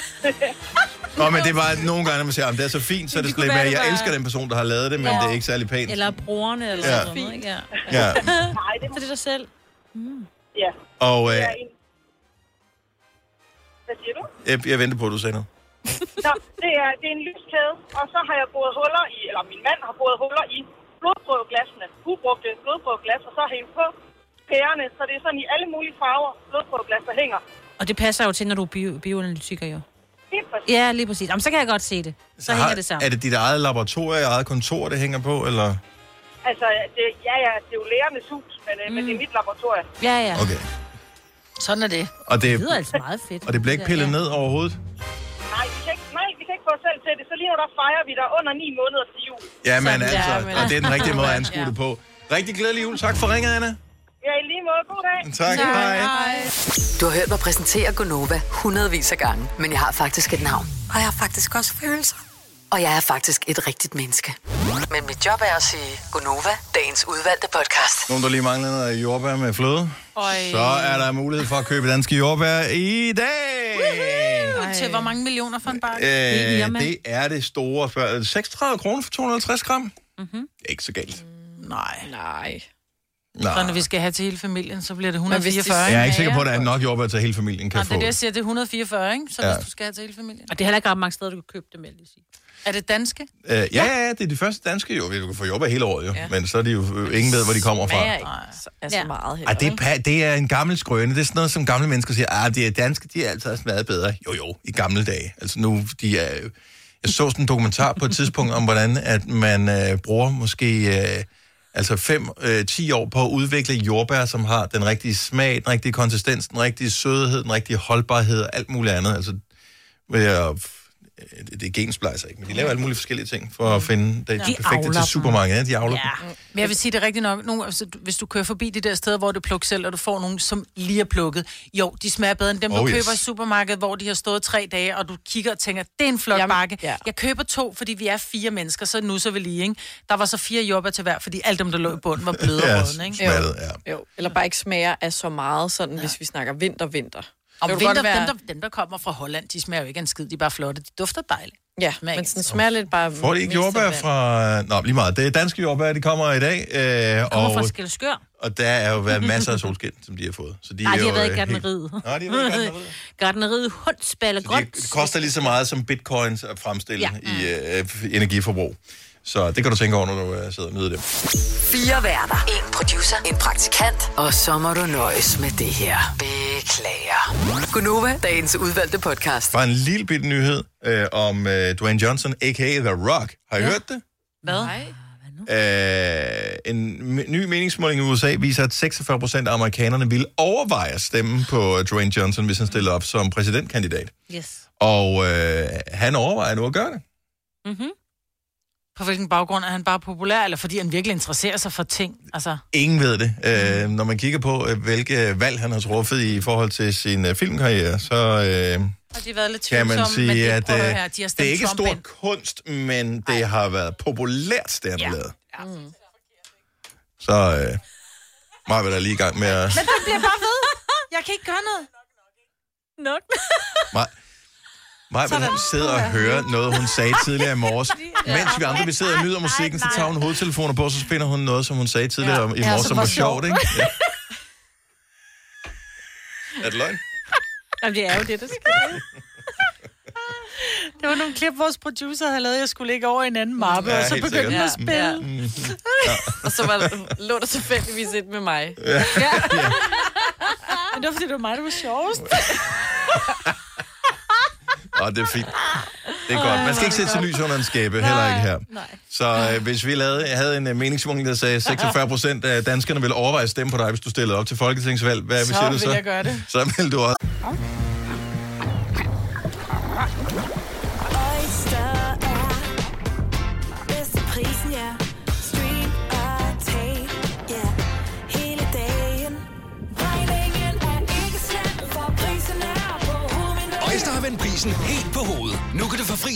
Speaker 1: Nå, men det var nogle gange, når man siger, at det er så fint, så er det
Speaker 3: kunne
Speaker 1: slet med,
Speaker 3: være,
Speaker 1: at
Speaker 3: det
Speaker 1: jeg
Speaker 3: var-
Speaker 1: elsker den person, der har lavet det, men
Speaker 3: Ja.
Speaker 1: det er ikke særlig pænt.
Speaker 3: Eller brorne, eller
Speaker 1: Ja.
Speaker 3: ja. sådan noget, ikke? Ja.
Speaker 1: Ja.
Speaker 18: Nej, det
Speaker 3: er det er dig selv.
Speaker 18: Ja.
Speaker 1: Og
Speaker 18: Det
Speaker 1: øh,
Speaker 18: er en... Hvad siger du?
Speaker 1: jeg, jeg venter på, at du sagde noget.
Speaker 18: Nå, det er, det er en lyskæde, og så har jeg boret huller i, eller min mand har boret huller i blodprøveglassene. Ubrugte blodprøveglas, og så har hængt på pærerne, så det er sådan i alle mulige farver, blodprøveglas, der hænger.
Speaker 3: Og det passer jo til, når du er bio- bioanalytiker, jo.
Speaker 18: Helt præcis.
Speaker 3: Ja, lige præcis. Jamen, så kan jeg godt se det. Så hænger det sammen.
Speaker 1: Er det dit eget laboratorium, eget kontor, det hænger på, eller?
Speaker 18: Altså, det, ja, ja, det er jo lærernes hus, men, mm. men det er mit laboratorium.
Speaker 3: Ja, ja.
Speaker 1: Okay.
Speaker 4: Sådan er det.
Speaker 1: Og det-
Speaker 3: det lyder altså meget fedt.
Speaker 1: Og det bliver ikke pillet ned overhovedet?
Speaker 18: Nej, vi kan ikke, nej, vi kan ikke få os selv til det. Så lige nu, der fejrer vi der under 9 måneder til jul.
Speaker 1: Ja, men altså,
Speaker 18: Ja, men-
Speaker 1: og det er den rigtige måde at anskue det på. Rigtig glædelig jul. Tak for ringet, Anna.
Speaker 18: Ja, i lige måde. God dag.
Speaker 1: Tak. Tak. Hej.
Speaker 2: Du har hørt mig præsentere Gonova hundredvis af gange, men jeg har faktisk et navn.
Speaker 19: Og jeg har faktisk også følelser.
Speaker 2: Og jeg er faktisk et rigtigt menneske. Men mit job er at sige Gonova, dagens udvalgte podcast.
Speaker 1: Nogen, der lige mangler noget jordbær med fløde.
Speaker 2: Øj.
Speaker 1: Så er der mulighed for at købe danske jordbær i dag.
Speaker 4: Ej. Til hvor mange millioner for en bakke?
Speaker 1: Øh, det er det store. før- 36 kroner for 250 gram. Mm-hmm. Det er ikke så galt.
Speaker 4: Nej.
Speaker 5: Nej.
Speaker 1: Nej.
Speaker 4: Så når vi skal have til hele familien, så bliver det
Speaker 5: Men hvis de
Speaker 4: 144,
Speaker 1: Jeg er ikke sikker på, at der er nok jordbær til at hele familien kan
Speaker 4: Nej, det
Speaker 1: få.
Speaker 4: er det, jeg siger, det er 144, ikke? Så
Speaker 1: Ja.
Speaker 4: ja. hvis du skal have til hele familien.
Speaker 3: Og det er heller ikke ret mange steder, du kan købe dem, ellers.
Speaker 4: Er det danske?
Speaker 1: Øh, ja, ja, ja, det er de første danske jo. Du kan få jordbær hele året jo, ja. men så er de jo øh, ingen ved, hvor de kommer fra.
Speaker 5: ikke altså ja. meget
Speaker 1: Ej, det, er, pa- det er en gammel skrøne. Det er sådan noget, som gamle mennesker siger, at de er danske, de er altid også meget bedre. Jo, jo, i gamle dage. Altså nu, de er... Jeg så sådan en dokumentar på et tidspunkt om, hvordan at man øh, bruger måske øh, altså 5-10 øh, 10 år på at udvikle jordbær, som har den rigtige smag, den rigtige konsistens, den rigtige sødhed, den rigtige holdbarhed og alt muligt andet. Altså, øh, øh, det det er gensplejser, ikke? Men de laver alle mulige forskellige ting for at finde det
Speaker 4: Ja. De
Speaker 1: de perfekte
Speaker 4: avler
Speaker 1: til
Speaker 4: dem.
Speaker 1: supermarkedet. Ja, de avler ja.
Speaker 4: Ja. Men jeg vil sige det er rigtigt nok. Nogle, altså, du- hvis du kører forbi de der steder, hvor du plukker selv, og du får nogle, som lige er plukket. Jo, de smager bedre end dem, du
Speaker 1: Oh, yes.
Speaker 4: køber i supermarkedet, hvor de har stået tre dage, og du kigger og tænker, det er en flot Jamen, bakke. Ja. Jeg køber to, fordi vi er fire mennesker, så nu så vi lige, ikke? Der var så fire jobber til hver, fordi alt dem, der lå i bunden, var bløde
Speaker 1: Ja,
Speaker 4: og rådne, ikke?
Speaker 1: smattet,
Speaker 5: ja. Jo, eller bare ikke smager af så meget, sådan ja. hvis vi snakker vinter-vinter.
Speaker 4: Og
Speaker 5: Det kunne
Speaker 4: vinter,
Speaker 5: godt være-
Speaker 4: dem, der, dem, der kommer fra Holland, de smager jo ikke af en skid, de er bare flotte. De dufter dejligt.
Speaker 5: Ja, men sådan smager lidt bare...
Speaker 1: Får de ikke jordbær fra... Nå, lige meget. Det er danske jordbær, de kommer i dag. Øh,
Speaker 3: Kommer fra
Speaker 1: og,
Speaker 3: Skældskør.
Speaker 1: og der er jo været masser af solskin, som de har fået. Så de
Speaker 3: Nej,
Speaker 1: er
Speaker 3: de
Speaker 1: jo,
Speaker 3: har været i
Speaker 1: øh,
Speaker 3: gardneriet.
Speaker 1: Nej, de har været i gardneriet.
Speaker 3: Gardneriet Hundsbal og
Speaker 1: helt- Det koster lige så meget som bitcoins at fremstille
Speaker 3: Ja.
Speaker 1: ja. i øh, energiforbrug. Så det kan du tænke over, når du øh, sidder og nyder det.
Speaker 2: Fire værter. En producer. En praktikant. Og så må du nøjes med det her. Beklager. Gunova, dagens udvalgte podcast.
Speaker 1: Bare en lille bitte nyhed øh, om øh, Dwayne Johnson, a.k.a. The Rock. Har I ja. hørt det?
Speaker 3: Hvad? Nej.
Speaker 1: Øh, en m- ny meningsmåling i USA viser, at 46 procent af amerikanerne ville overveje at stemme på øh, Dwayne Johnson, hvis han stillede op som præsidentkandidat.
Speaker 4: Yes.
Speaker 1: Og øh, han overvejer nu at gøre det.
Speaker 4: Mm-hmm. På hvilken baggrund er han bare populær, eller fordi han virkelig interesserer sig for ting? Altså,
Speaker 1: Ingen ved det. Øh, når man kigger på, øh, hvilke valg han har truffet i forhold til sin øh, filmkarriere, så øh,
Speaker 4: har de været lidt
Speaker 1: kan
Speaker 4: tvivlsomme,
Speaker 1: man
Speaker 4: men
Speaker 1: sige,
Speaker 4: det,
Speaker 1: at
Speaker 4: prøv
Speaker 1: øh,
Speaker 4: at høre, de har
Speaker 1: det er
Speaker 4: stemt
Speaker 1: ikke
Speaker 4: Trump
Speaker 1: stor
Speaker 4: ind.
Speaker 1: kunst, men det har været populært, det han har lavet.
Speaker 4: Mm.
Speaker 1: Så øh, meget vil der lige i gang med at...
Speaker 4: Men den bliver bare ved. Jeg kan ikke gøre noget. Nok.
Speaker 1: Maja,
Speaker 4: Sådan.
Speaker 1: hun sidder og hører noget, hun sagde tidligere i morges. Mens vi andre, vi sidder og nyder musikken, så tager hun hovedtelefoner på, så spænder hun noget, som hun sagde tidligere i
Speaker 5: Ja,
Speaker 1: morges,
Speaker 5: som
Speaker 1: som
Speaker 5: var
Speaker 1: var sjovt,
Speaker 5: sjovt.
Speaker 1: ikke? Ja. Er det løgn?
Speaker 3: Jamen, det er jo det, der sker.
Speaker 4: Det var nogle klip, vores producer havde lavet, jeg skulle ligge over i en anden mappe,
Speaker 5: Ja,
Speaker 4: og så
Speaker 5: helt
Speaker 4: begyndte den at
Speaker 5: sikkert. Ja.
Speaker 4: spille.
Speaker 1: Mm.
Speaker 5: Og så var, lå der tilfældigvis et med mig.
Speaker 1: Ja.
Speaker 4: Men det var, fordi det var mig, der var sjovest.
Speaker 1: Åh, det er fint. Det er godt. Man skal ikke sætte sig lys under en skæbe, heller ikke her. Så øh, hvis vi lavede, havde en øh, meningsmåling, der sagde, 46 procent af danskerne ville overveje at stemme på dig, hvis du stillede op til folketingsvalg. Hvad
Speaker 4: Så
Speaker 1: siger du
Speaker 4: vil
Speaker 1: så?
Speaker 4: jeg gøre det.
Speaker 1: Så vil du også.
Speaker 9: Oyster er bedst til prisen, ja. Stream og tag, ja. Hele dagen. Regningen er ikke slem, for prisen er på hovedet.
Speaker 10: Øjster har vendt prisen helt på hovedet. Nu kan du få fri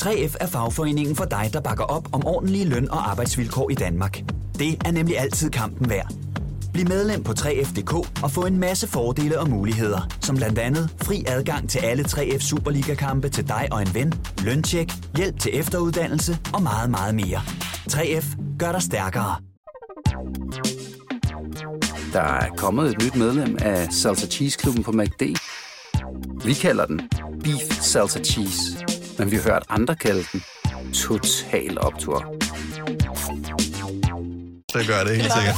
Speaker 12: 3F er fagforeningen for dig, der bakker op om ordentlige løn- og arbejdsvilkår i Danmark. Det er nemlig altid kampen værd. Bliv medlem på 3F.dk og få en masse fordele og muligheder, som blandt andet fri adgang til alle 3F Superliga-kampe til dig og en ven, løntjek, hjælp til efteruddannelse og meget, meget mere. 3F gør dig stærkere.
Speaker 13: Der er kommet et nyt medlem af Salsa Cheese Klubben på MACD. Vi kalder den Beef Salsa Cheese, men vi har hørt andre kalde den Total Optor.
Speaker 1: Det gør det helt sikkert.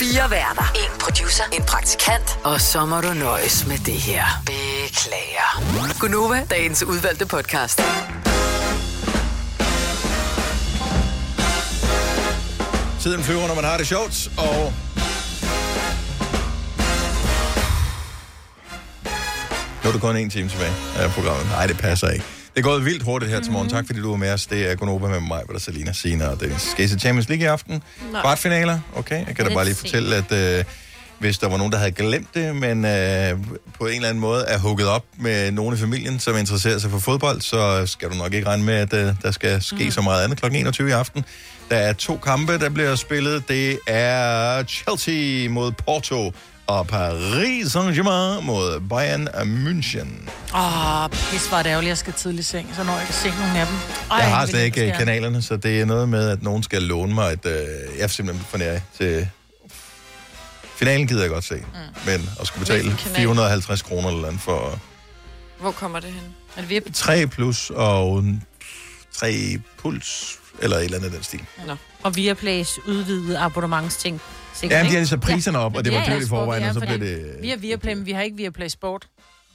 Speaker 2: Fire værter. En producer. En praktikant. Og så må du nøjes med det her. Beklager. Gunova, dagens udvalgte podcast.
Speaker 1: Tiden flyver, når man har det sjovt, og... Nu er det kun en time tilbage af programmet. Nej, det passer ikke. Det er gået vildt hurtigt her til
Speaker 4: Mhm.
Speaker 1: morgen. Tak fordi du var med os. Det er Gunnova med mig, Britta Salina, Sina og Dennis. Skal I se Champions League i aften?
Speaker 6: Nej.
Speaker 1: Kvartfinaler? Okay, jeg kan da
Speaker 6: Lidt
Speaker 1: bare lige
Speaker 6: sent.
Speaker 1: fortælle, at øh, hvis der var nogen, der havde glemt det, men øh, på en eller anden måde er hugget op med nogen i familien, som interesserer sig for fodbold, så skal du nok ikke regne med, at øh, der skal ske mm. så meget andet kl. 21 i aften. Der er to kampe, der bliver spillet. Det er Chelsea mod Porto, og Paris Saint-Germain mod Bayern München.
Speaker 4: Åh, oh, pis var det ærgerligt, jeg skal tidlig i seng, så når jeg kan se nogle af dem. Ej,
Speaker 1: Jeg har
Speaker 4: hvilken
Speaker 1: slet ikke øh,
Speaker 4: skærm.
Speaker 1: kanalerne, så det er noget med, at nogen skal låne mig, at øh, jeg er simpelthen for nær til... Finalen gider jeg godt se, mm. men at skulle betale
Speaker 5: Hvilken kanal?
Speaker 1: 450 kroner eller andet for
Speaker 5: Hvor kommer det hen? Er det
Speaker 1: VIP? 3 plus og 3 puls, eller et eller andet af den stil.
Speaker 5: Nå.
Speaker 3: og Viaplays udvidede abonnementsting. Sikkert,
Speaker 1: Ja, men de
Speaker 3: ikke?
Speaker 1: havde sat priserne op, og det var
Speaker 3: Ja, ja,
Speaker 4: altså
Speaker 1: dyrt i forvejen,
Speaker 3: ja,
Speaker 1: og så
Speaker 3: fordi
Speaker 1: blev det...
Speaker 4: Vi har Viaplay, men vi har ikke Viaplay Sport.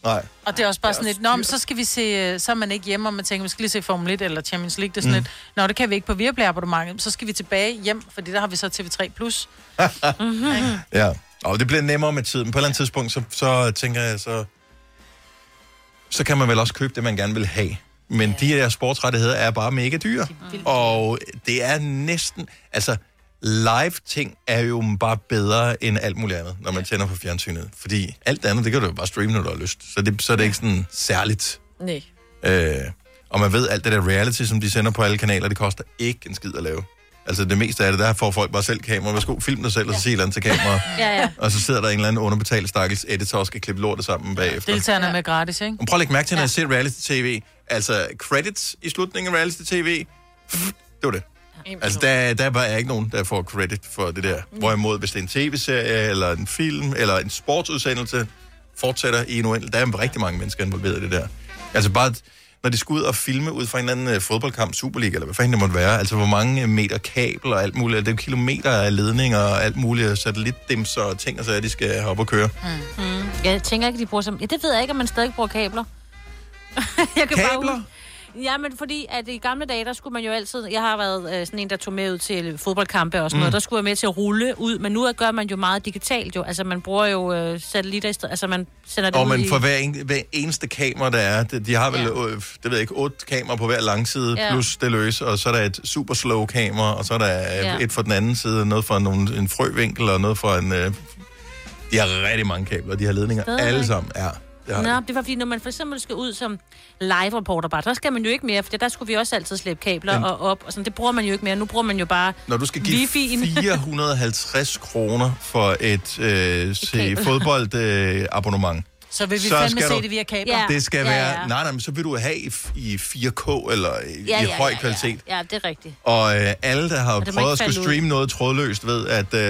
Speaker 1: Nej.
Speaker 4: Og det er også bare sådan lidt, nå, men så skal vi se, øh, så er man ikke hjemme, og man tænker, vi skal lige se Formel 1 eller Champions League, det er sådan
Speaker 1: Mm.
Speaker 4: mm. lidt, nå, det kan vi ikke på Viaplay abonnementet, så skal vi tilbage hjem, fordi der har vi så TV3+. Plus. mm-hmm.
Speaker 1: Ja, og det bliver nemmere med tiden. På et eller andet tidspunkt, så, så tænker jeg, så, så kan man vel også købe det, man gerne vil have. Men ja. de her sportsrettigheder er bare mega dyre. Og det er næsten... Altså, live-ting er jo bare bedre end alt muligt andet, når man tænder for fjernsynet. Fordi alt det andet, det kan du jo bare streame, når du har lyst. Så, det, så er det ikke sådan særligt.
Speaker 5: Nej.
Speaker 1: Øh, og man ved, alt det der reality, som de sender på alle kanaler, det koster ikke en skid at lave. Altså det meste af det, der får folk bare selv kamera. Værsgo, film dig selv, og så sig et eller andet til kameraet.
Speaker 4: Ja, ja.
Speaker 1: Og så sidder der en eller anden underbetalt stakkels editor og skal klippe lortet sammen bagefter.
Speaker 4: Deltagerne ja. med gratis, ikke?
Speaker 1: Men prøv at lægge mærke til, når jeg ser reality-tv. Altså, credits i slutningen af reality-tv, pff, det var Mm. det. Altså, der, der er bare ikke nogen, der får credit for det der. Hvorimod, hvis det er en tv-serie, eller en film, eller en sportsudsendelse, fortsætter i en uendelig. Der er rigtig mange mennesker involveret i det der. Altså bare, når de skal ud og filme ud fra en eller anden øh, fodboldkamp, Superliga, eller hvad fanden det måtte være, altså hvor mange meter kabel og alt muligt, det er jo kilometer af ledninger og alt muligt, og satellitdimser og ting, og så er de skal hoppe og køre.
Speaker 3: Mm. Jeg tænker ikke, de bruger som... Ja, det ved jeg ikke, om man stadig bruger kabler. jeg kan kabler? Bare huske- Ja, men fordi at i gamle dage, der skulle man jo altid... Jeg har været øh, sådan en, der tog med ud til fodboldkampe og sådan mm.
Speaker 5: Mm.
Speaker 3: noget. Der skulle jeg med til at rulle ud, men nu gør man jo meget digitalt jo. Altså, man bruger jo øh, satellitter i stedet. Altså, man sender det
Speaker 1: Og
Speaker 3: ud
Speaker 1: men
Speaker 3: i...
Speaker 1: for hver, en, hver eneste kamera, der er, de, de har vel, ja. øh, det ved jeg ikke, otte kameraer på hver langside,
Speaker 3: Ja.
Speaker 1: ja. plus det løse, og så er der et super slow kamera, og så er der
Speaker 3: Ja.
Speaker 1: ja. et fra den anden side, noget fra nogle, en frøvinkel, og noget fra en... Øh, de har rigtig mange kabler, de har ledninger,
Speaker 3: Stadigvæk.
Speaker 1: alle sammen. Ja, det har de.
Speaker 3: Nå, det var fordi, når man for eksempel skal ud som live-reporter bare, der skal man jo ikke mere, for der skulle vi også altid slæbe kabler
Speaker 1: Men-
Speaker 3: og op, og sådan, det bruger man jo ikke mere. Nu bruger man jo bare
Speaker 1: Når du skal give
Speaker 3: wifi'en.
Speaker 1: 450 kroner for et, øh, se,
Speaker 3: kabel.
Speaker 1: fodbold øh, abonnement.
Speaker 4: Så vil vi
Speaker 1: Så
Speaker 4: fandme
Speaker 1: skal
Speaker 4: se
Speaker 1: du-
Speaker 4: det via kabler.
Speaker 1: Ja. Det skal ja, være... Ja. Nej, nej, men så vil du have i, f- i 4K eller i, ja, i høj kvalitet.
Speaker 3: Ja, ja, det er rigtigt.
Speaker 1: Og øh, alle, der har
Speaker 3: Og det må
Speaker 1: prøvet at
Speaker 3: ikke
Speaker 1: skulle
Speaker 3: falde ud.
Speaker 1: streame noget trådløst, ved, at øh,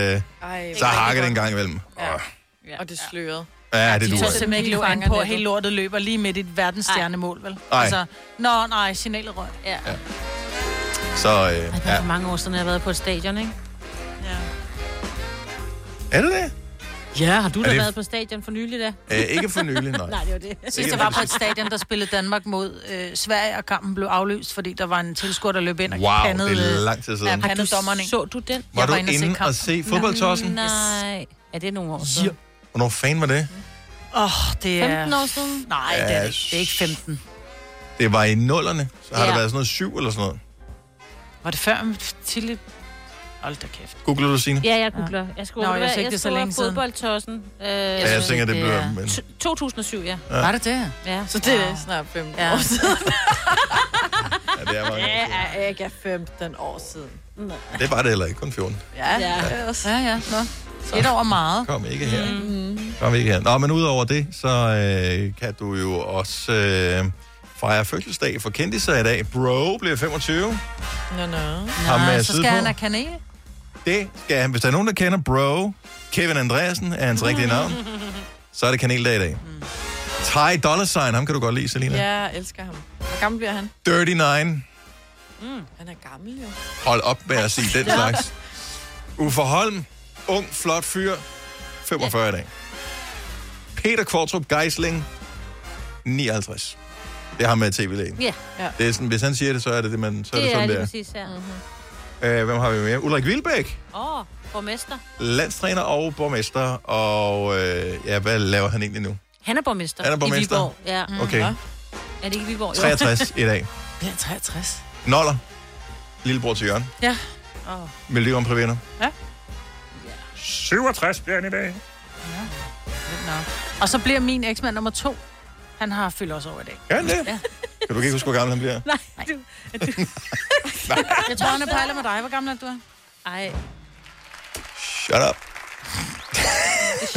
Speaker 5: Ej,
Speaker 1: så hakker det en gang imellem.
Speaker 5: Ja. Og det slørede.
Speaker 1: Ja, det
Speaker 4: Du
Speaker 1: duer.
Speaker 4: tør simpelthen ikke løbe an på, at hele lortet løber lige midt i et verdensstjernemål, vel? Altså,
Speaker 1: Ej.
Speaker 4: nå, nej, signalet røg.
Speaker 3: Ja.
Speaker 4: ja.
Speaker 1: Så øh,
Speaker 3: Ja.
Speaker 1: ja.
Speaker 3: For mange år siden, jeg har været på et stadion, ikke?
Speaker 1: Er det det?
Speaker 3: Ja, har
Speaker 4: du
Speaker 3: Du
Speaker 1: er
Speaker 3: har
Speaker 1: det,
Speaker 3: været på stadion for nylig, da?
Speaker 1: Øh, ikke for nylig, nej.
Speaker 3: nej, det var det.
Speaker 4: Sidst jeg var på et stadion, der spillede Danmark mod øh, Sverige, og kampen blev afløst, fordi der var en tilskuer, der løb ind og
Speaker 1: Wow,
Speaker 4: pandede,
Speaker 1: det er
Speaker 4: øh,
Speaker 1: lang tid siden.
Speaker 4: Ja,
Speaker 1: Har
Speaker 4: pandede
Speaker 1: du-
Speaker 4: dommeren, ikke?
Speaker 3: Så du den?
Speaker 1: Var du inde og se fodboldtossen?
Speaker 3: Nej. Er det nogle år
Speaker 1: Ja.
Speaker 3: siden?
Speaker 1: Hvornår fanden var det?
Speaker 4: Åh, oh, det er...
Speaker 3: 15 år siden?
Speaker 4: Nej, det er det ikke.
Speaker 1: Ja,
Speaker 4: Det er ikke 15.
Speaker 1: Det var i nullerne. Så har
Speaker 4: Ja.
Speaker 1: det været sådan noget syv eller sådan noget.
Speaker 4: Var det før Tilly? Hold da kæft.
Speaker 1: Googler du, Signe?
Speaker 3: Ja, jeg googler. Jeg skulle
Speaker 4: Nå,
Speaker 3: Nå,
Speaker 4: jeg
Speaker 3: jeg,
Speaker 4: synes ikke,
Speaker 3: jeg,
Speaker 4: det er så
Speaker 3: skriver
Speaker 4: længe siden.
Speaker 3: fodboldtossen. Øh, ja,
Speaker 1: jeg tænker, det bliver- men-
Speaker 3: 2007, ja.
Speaker 1: Ja. Var
Speaker 4: det det?
Speaker 3: Ja.
Speaker 5: Så det er snart 15
Speaker 3: Ja.
Speaker 5: år siden.
Speaker 1: Ja, det er mange.
Speaker 5: Det er ikke 15 år siden. Nej.
Speaker 1: Det var det heller ikke, kun 14.
Speaker 5: Mm. Ja,
Speaker 4: Ja.
Speaker 5: det er også.
Speaker 4: Ja, ja. Nå. Et over meget.
Speaker 1: Kom ikke her.
Speaker 3: Mm-hmm.
Speaker 1: Kom ikke her. Nå, men udover det, så øh, kan du jo også øh, fejre fødselsdag for kendtiser i dag. Bro bliver 25.
Speaker 5: Nå, nå.
Speaker 1: Ham øh, med
Speaker 4: så
Speaker 1: side
Speaker 4: skal
Speaker 1: på.
Speaker 4: han have kanel.
Speaker 1: Det skal han. Hvis der er nogen, der kender Bro, Kevin Andreasen er hans rigtige navn, så er det kaneldag i dag. Ty Dollar Sign, ham kan du godt lide, Selina.
Speaker 5: Ja, jeg elsker ham. Hvor gammel bliver han?
Speaker 1: Dirty Nine.
Speaker 5: Mm. Han er gammel jo.
Speaker 1: Hold op med at sige den slags. Uffe Holm, ung, flot fyr, 45 i dag. Peter Kvartrup Geisling, 59. Det er ham med tv-lægen.
Speaker 3: Ja.
Speaker 5: ja.
Speaker 1: Det er sådan, hvis han siger det, så er det, det man, så er det,
Speaker 3: Det er
Speaker 1: sådan,
Speaker 3: lige
Speaker 1: det
Speaker 3: præcis, ja.
Speaker 4: Mhm.
Speaker 3: Åh,
Speaker 1: er. Øh, hvem har vi mere? Ulrik Vilbæk,
Speaker 3: oh, borgmester.
Speaker 1: landstræner og borgmester. Og øh, ja, hvad laver han egentlig nu?
Speaker 3: Han er borgmester.
Speaker 1: Han er borgmester? Mm.
Speaker 3: I Viborg, ja.
Speaker 1: Okay.
Speaker 3: Ja. Er det ikke Viborg? Jo.
Speaker 1: 63 i dag.
Speaker 4: Det er 63.
Speaker 1: Noller. Lillebror til Jørgen.
Speaker 4: Ja. Oh.
Speaker 1: Miljø om privinder.
Speaker 4: Ja.
Speaker 1: 67 bliver han i dag.
Speaker 4: Lidt nok. Og så bliver min eksmand nummer to. Han har fyldt også over i dag.
Speaker 1: Gør han det?
Speaker 4: Ja.
Speaker 1: Kan du ikke huske, hvor gammel han bliver?
Speaker 4: Nej. Du, du. jeg tror, han er pejler med dig. Hvor gammel er du?
Speaker 3: Ej,
Speaker 1: Shut up.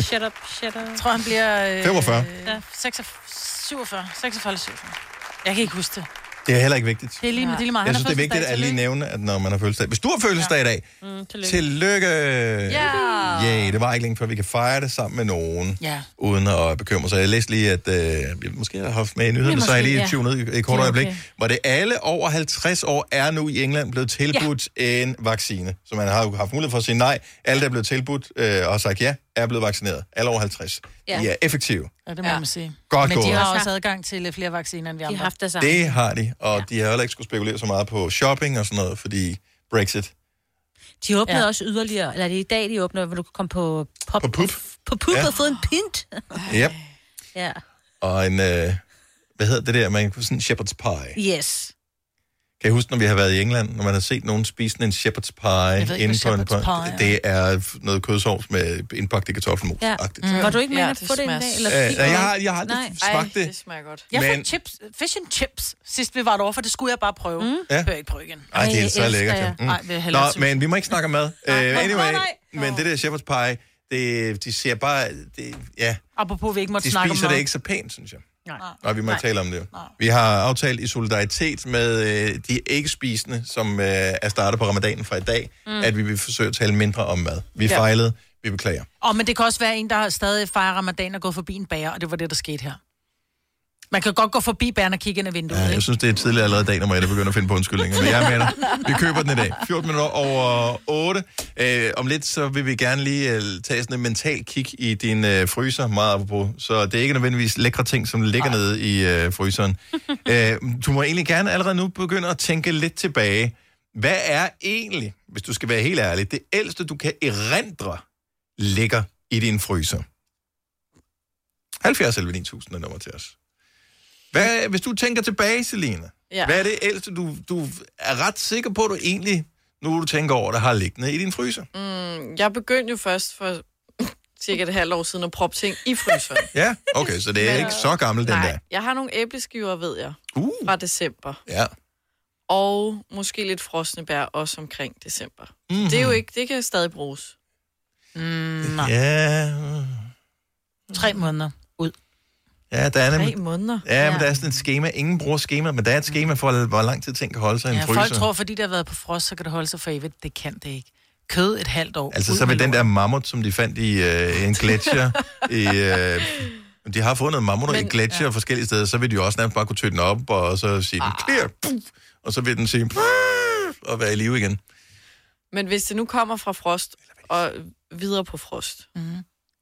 Speaker 3: shut up, shut up. Jeg
Speaker 4: tror, han bliver... øh,
Speaker 1: 45.
Speaker 4: Ja, 46, 47, 46. Jeg kan ikke huske det.
Speaker 1: Det er heller ikke vigtigt.
Speaker 4: Det er lige- det er lige meget. Han
Speaker 1: Jeg
Speaker 4: har
Speaker 1: synes, det er vigtigt
Speaker 4: fødselsdag,
Speaker 1: at lige nævne, at når man har fødselsdag... Hvis du har fødselsdag ja. i dag,
Speaker 4: Mm, tillykke.
Speaker 1: tillykke!
Speaker 4: Ja.
Speaker 1: Yay, det var ikke længe før, vi kan fejre det sammen med nogen,
Speaker 4: Ja.
Speaker 1: uden at bekymre sig. Jeg læste lige, at øh, jeg måske har haft med i nyhederne,
Speaker 4: Ja,
Speaker 1: så er jeg
Speaker 4: måske,
Speaker 1: lige
Speaker 4: ja.
Speaker 1: tunet i et
Speaker 4: Det
Speaker 1: kort
Speaker 4: er
Speaker 1: øjeblik,
Speaker 4: okay.
Speaker 1: hvor det alle over 50 år er nu i England blevet tilbudt ja. en vaccine. Så man har jo haft mulighed for at sige nej. Alle, der er blevet tilbudt øh, og har sagt ja, er blevet vaccineret. Alle over 50.
Speaker 4: Ja.
Speaker 1: Ja. De er effektive.
Speaker 4: Ja, det må ja. man sige.
Speaker 1: Godt
Speaker 4: Men de
Speaker 1: gået.
Speaker 4: har også adgang til øh, flere vacciner, end vi andre. De har haft
Speaker 3: det
Speaker 1: Det har de, og ja. de har heller ikke skulle spekulere så meget på shopping og sådan noget, fordi Brexit.
Speaker 3: De åbnede
Speaker 1: Ja.
Speaker 3: ja. også yderligere, eller det er i dag, de åbner, hvor du kan komme på pop, på
Speaker 1: pup.
Speaker 3: på pup
Speaker 1: Ja.
Speaker 3: ja. og få en pint.
Speaker 1: Yep.
Speaker 3: ja.
Speaker 1: Og en, øh, hvad hedder det der, man sådan en shepherd's pie.
Speaker 3: Yes.
Speaker 1: Kan jeg huske, når vi har været i England, når man har set nogen spise en shepherd's
Speaker 3: Jeg ved
Speaker 1: pie
Speaker 3: ikke,
Speaker 1: inde på
Speaker 3: hvad
Speaker 1: en
Speaker 3: shepherd's
Speaker 1: pie,
Speaker 3: pie
Speaker 1: Det er noget kødsovs med indpakket kartoffelmos.
Speaker 3: Ja. Mm. Var du ikke med
Speaker 5: Ja,
Speaker 3: ja,
Speaker 5: det
Speaker 3: på det en
Speaker 5: smager
Speaker 3: dag?
Speaker 1: Øh,
Speaker 3: Eller fik
Speaker 1: nej,
Speaker 3: du
Speaker 1: jeg
Speaker 3: det?
Speaker 1: har- jeg har aldrig
Speaker 3: Nej.
Speaker 1: smagt Ej, det. det
Speaker 5: smager godt.
Speaker 4: Jeg
Speaker 1: Men-
Speaker 4: fik chips, fish and chips, sidst vi var derovre, for det skulle jeg bare prøve. Mm.
Speaker 1: Ja.
Speaker 4: Ja. Bør jeg ikke prøve igen.
Speaker 1: Ej, det er så lækkert.
Speaker 4: Ja.
Speaker 1: Ja.
Speaker 4: Mm. Ej, det er
Speaker 1: Nå,
Speaker 4: heller ikke
Speaker 1: men vi må ikke snakke om mad. Uh, anyway,
Speaker 4: nej.
Speaker 1: men det der shepherd's pie, det, de ser bare... Det, ja,
Speaker 4: Apropos, vi ikke måtte
Speaker 1: de
Speaker 4: snakke om
Speaker 1: spiser det
Speaker 4: mad.
Speaker 1: ikke så pænt, synes jeg.
Speaker 4: Nej.
Speaker 1: Og vi må
Speaker 4: Nej.
Speaker 1: ikke tale om det. Vi har aftalt i solidaritet med øh, de ikke-spisende, som øh, er startet på ramadanen fra i dag, mm.
Speaker 4: Mm.
Speaker 1: at vi vil forsøge at tale mindre om mad. Vi
Speaker 4: Ja.
Speaker 1: fejlede, vi beklager.
Speaker 4: Åh, men det kan også være en, der stadig fejrer ramadan og går forbi en bager, og det var det, der skete her. Man kan godt gå forbi bæren og kigge ind ad vinduet,
Speaker 1: Ja, jeg synes, det er tidligere allerede i dag, når Maria begynder at finde på undskyldninger. Men jeg er med dig. Vi køber den i dag. 14 minutter over 8. Øh, om lidt, så vil vi gerne lige øh, tage sådan en mental kig i din øh, fryser, meget apropos. Så det er ikke nødvendigvis lækre ting, som ligger nede i øh, fryseren. øh, du må egentlig gerne allerede nu begynde at tænke lidt tilbage. Hvad er egentlig, hvis du skal være helt ærlig, det ældste, du kan erindre, ligger i din fryser? 70 11 9000 er nummer til os. Hvad, hvis du tænker tilbage, Selina, ja.
Speaker 5: Ja.
Speaker 1: hvad er det ældste, du, du er ret sikker på, du egentlig, nu du tænker over det, har liggende i din fryser?
Speaker 5: Mm, jeg begyndte jo først for cirka et halvt år siden at proppe ting i fryseren.
Speaker 1: Ja, okay, så det er
Speaker 5: Men-
Speaker 1: ikke så gammel den
Speaker 5: Nej,
Speaker 1: der.
Speaker 5: jeg har nogle æbleskiver, ved jeg,
Speaker 1: uh.
Speaker 5: fra december.
Speaker 1: Ja.
Speaker 5: Og måske lidt frosne bær også omkring december.
Speaker 1: Mhm.
Speaker 5: Mm-hmm. Det er jo ikke, det kan stadig bruges.
Speaker 4: Mm, nej.
Speaker 1: Ja,
Speaker 4: Tre måneder.
Speaker 1: ja, der er
Speaker 5: Tre
Speaker 1: nemlig...
Speaker 5: måneder.
Speaker 1: Ja, men der er sådan et schema. Ingen bruger schema, men der er et schema for, hvor lang tid ting kan holde sig i en
Speaker 4: Ja,
Speaker 1: fryser.
Speaker 4: folk tror, fordi det har været på frost, så kan det holde sig for evigt. Det kan det ikke. Kød et halvt år.
Speaker 1: Altså,
Speaker 4: Ud
Speaker 1: så
Speaker 4: med
Speaker 1: vil den der
Speaker 4: lort.
Speaker 1: mammut, som de fandt i øh, en gletsjer, i, øh, de har fundet mammutter i
Speaker 4: Men-
Speaker 1: gletsjer ja. forskellige steder, så vil de jo også nærmest bare kunne tøtte den op, og så sige den clear, puff, og så vil den sige, puff, og være i live igen.
Speaker 5: Men hvis det nu kommer fra frost og videre på frost. Mm-hmm.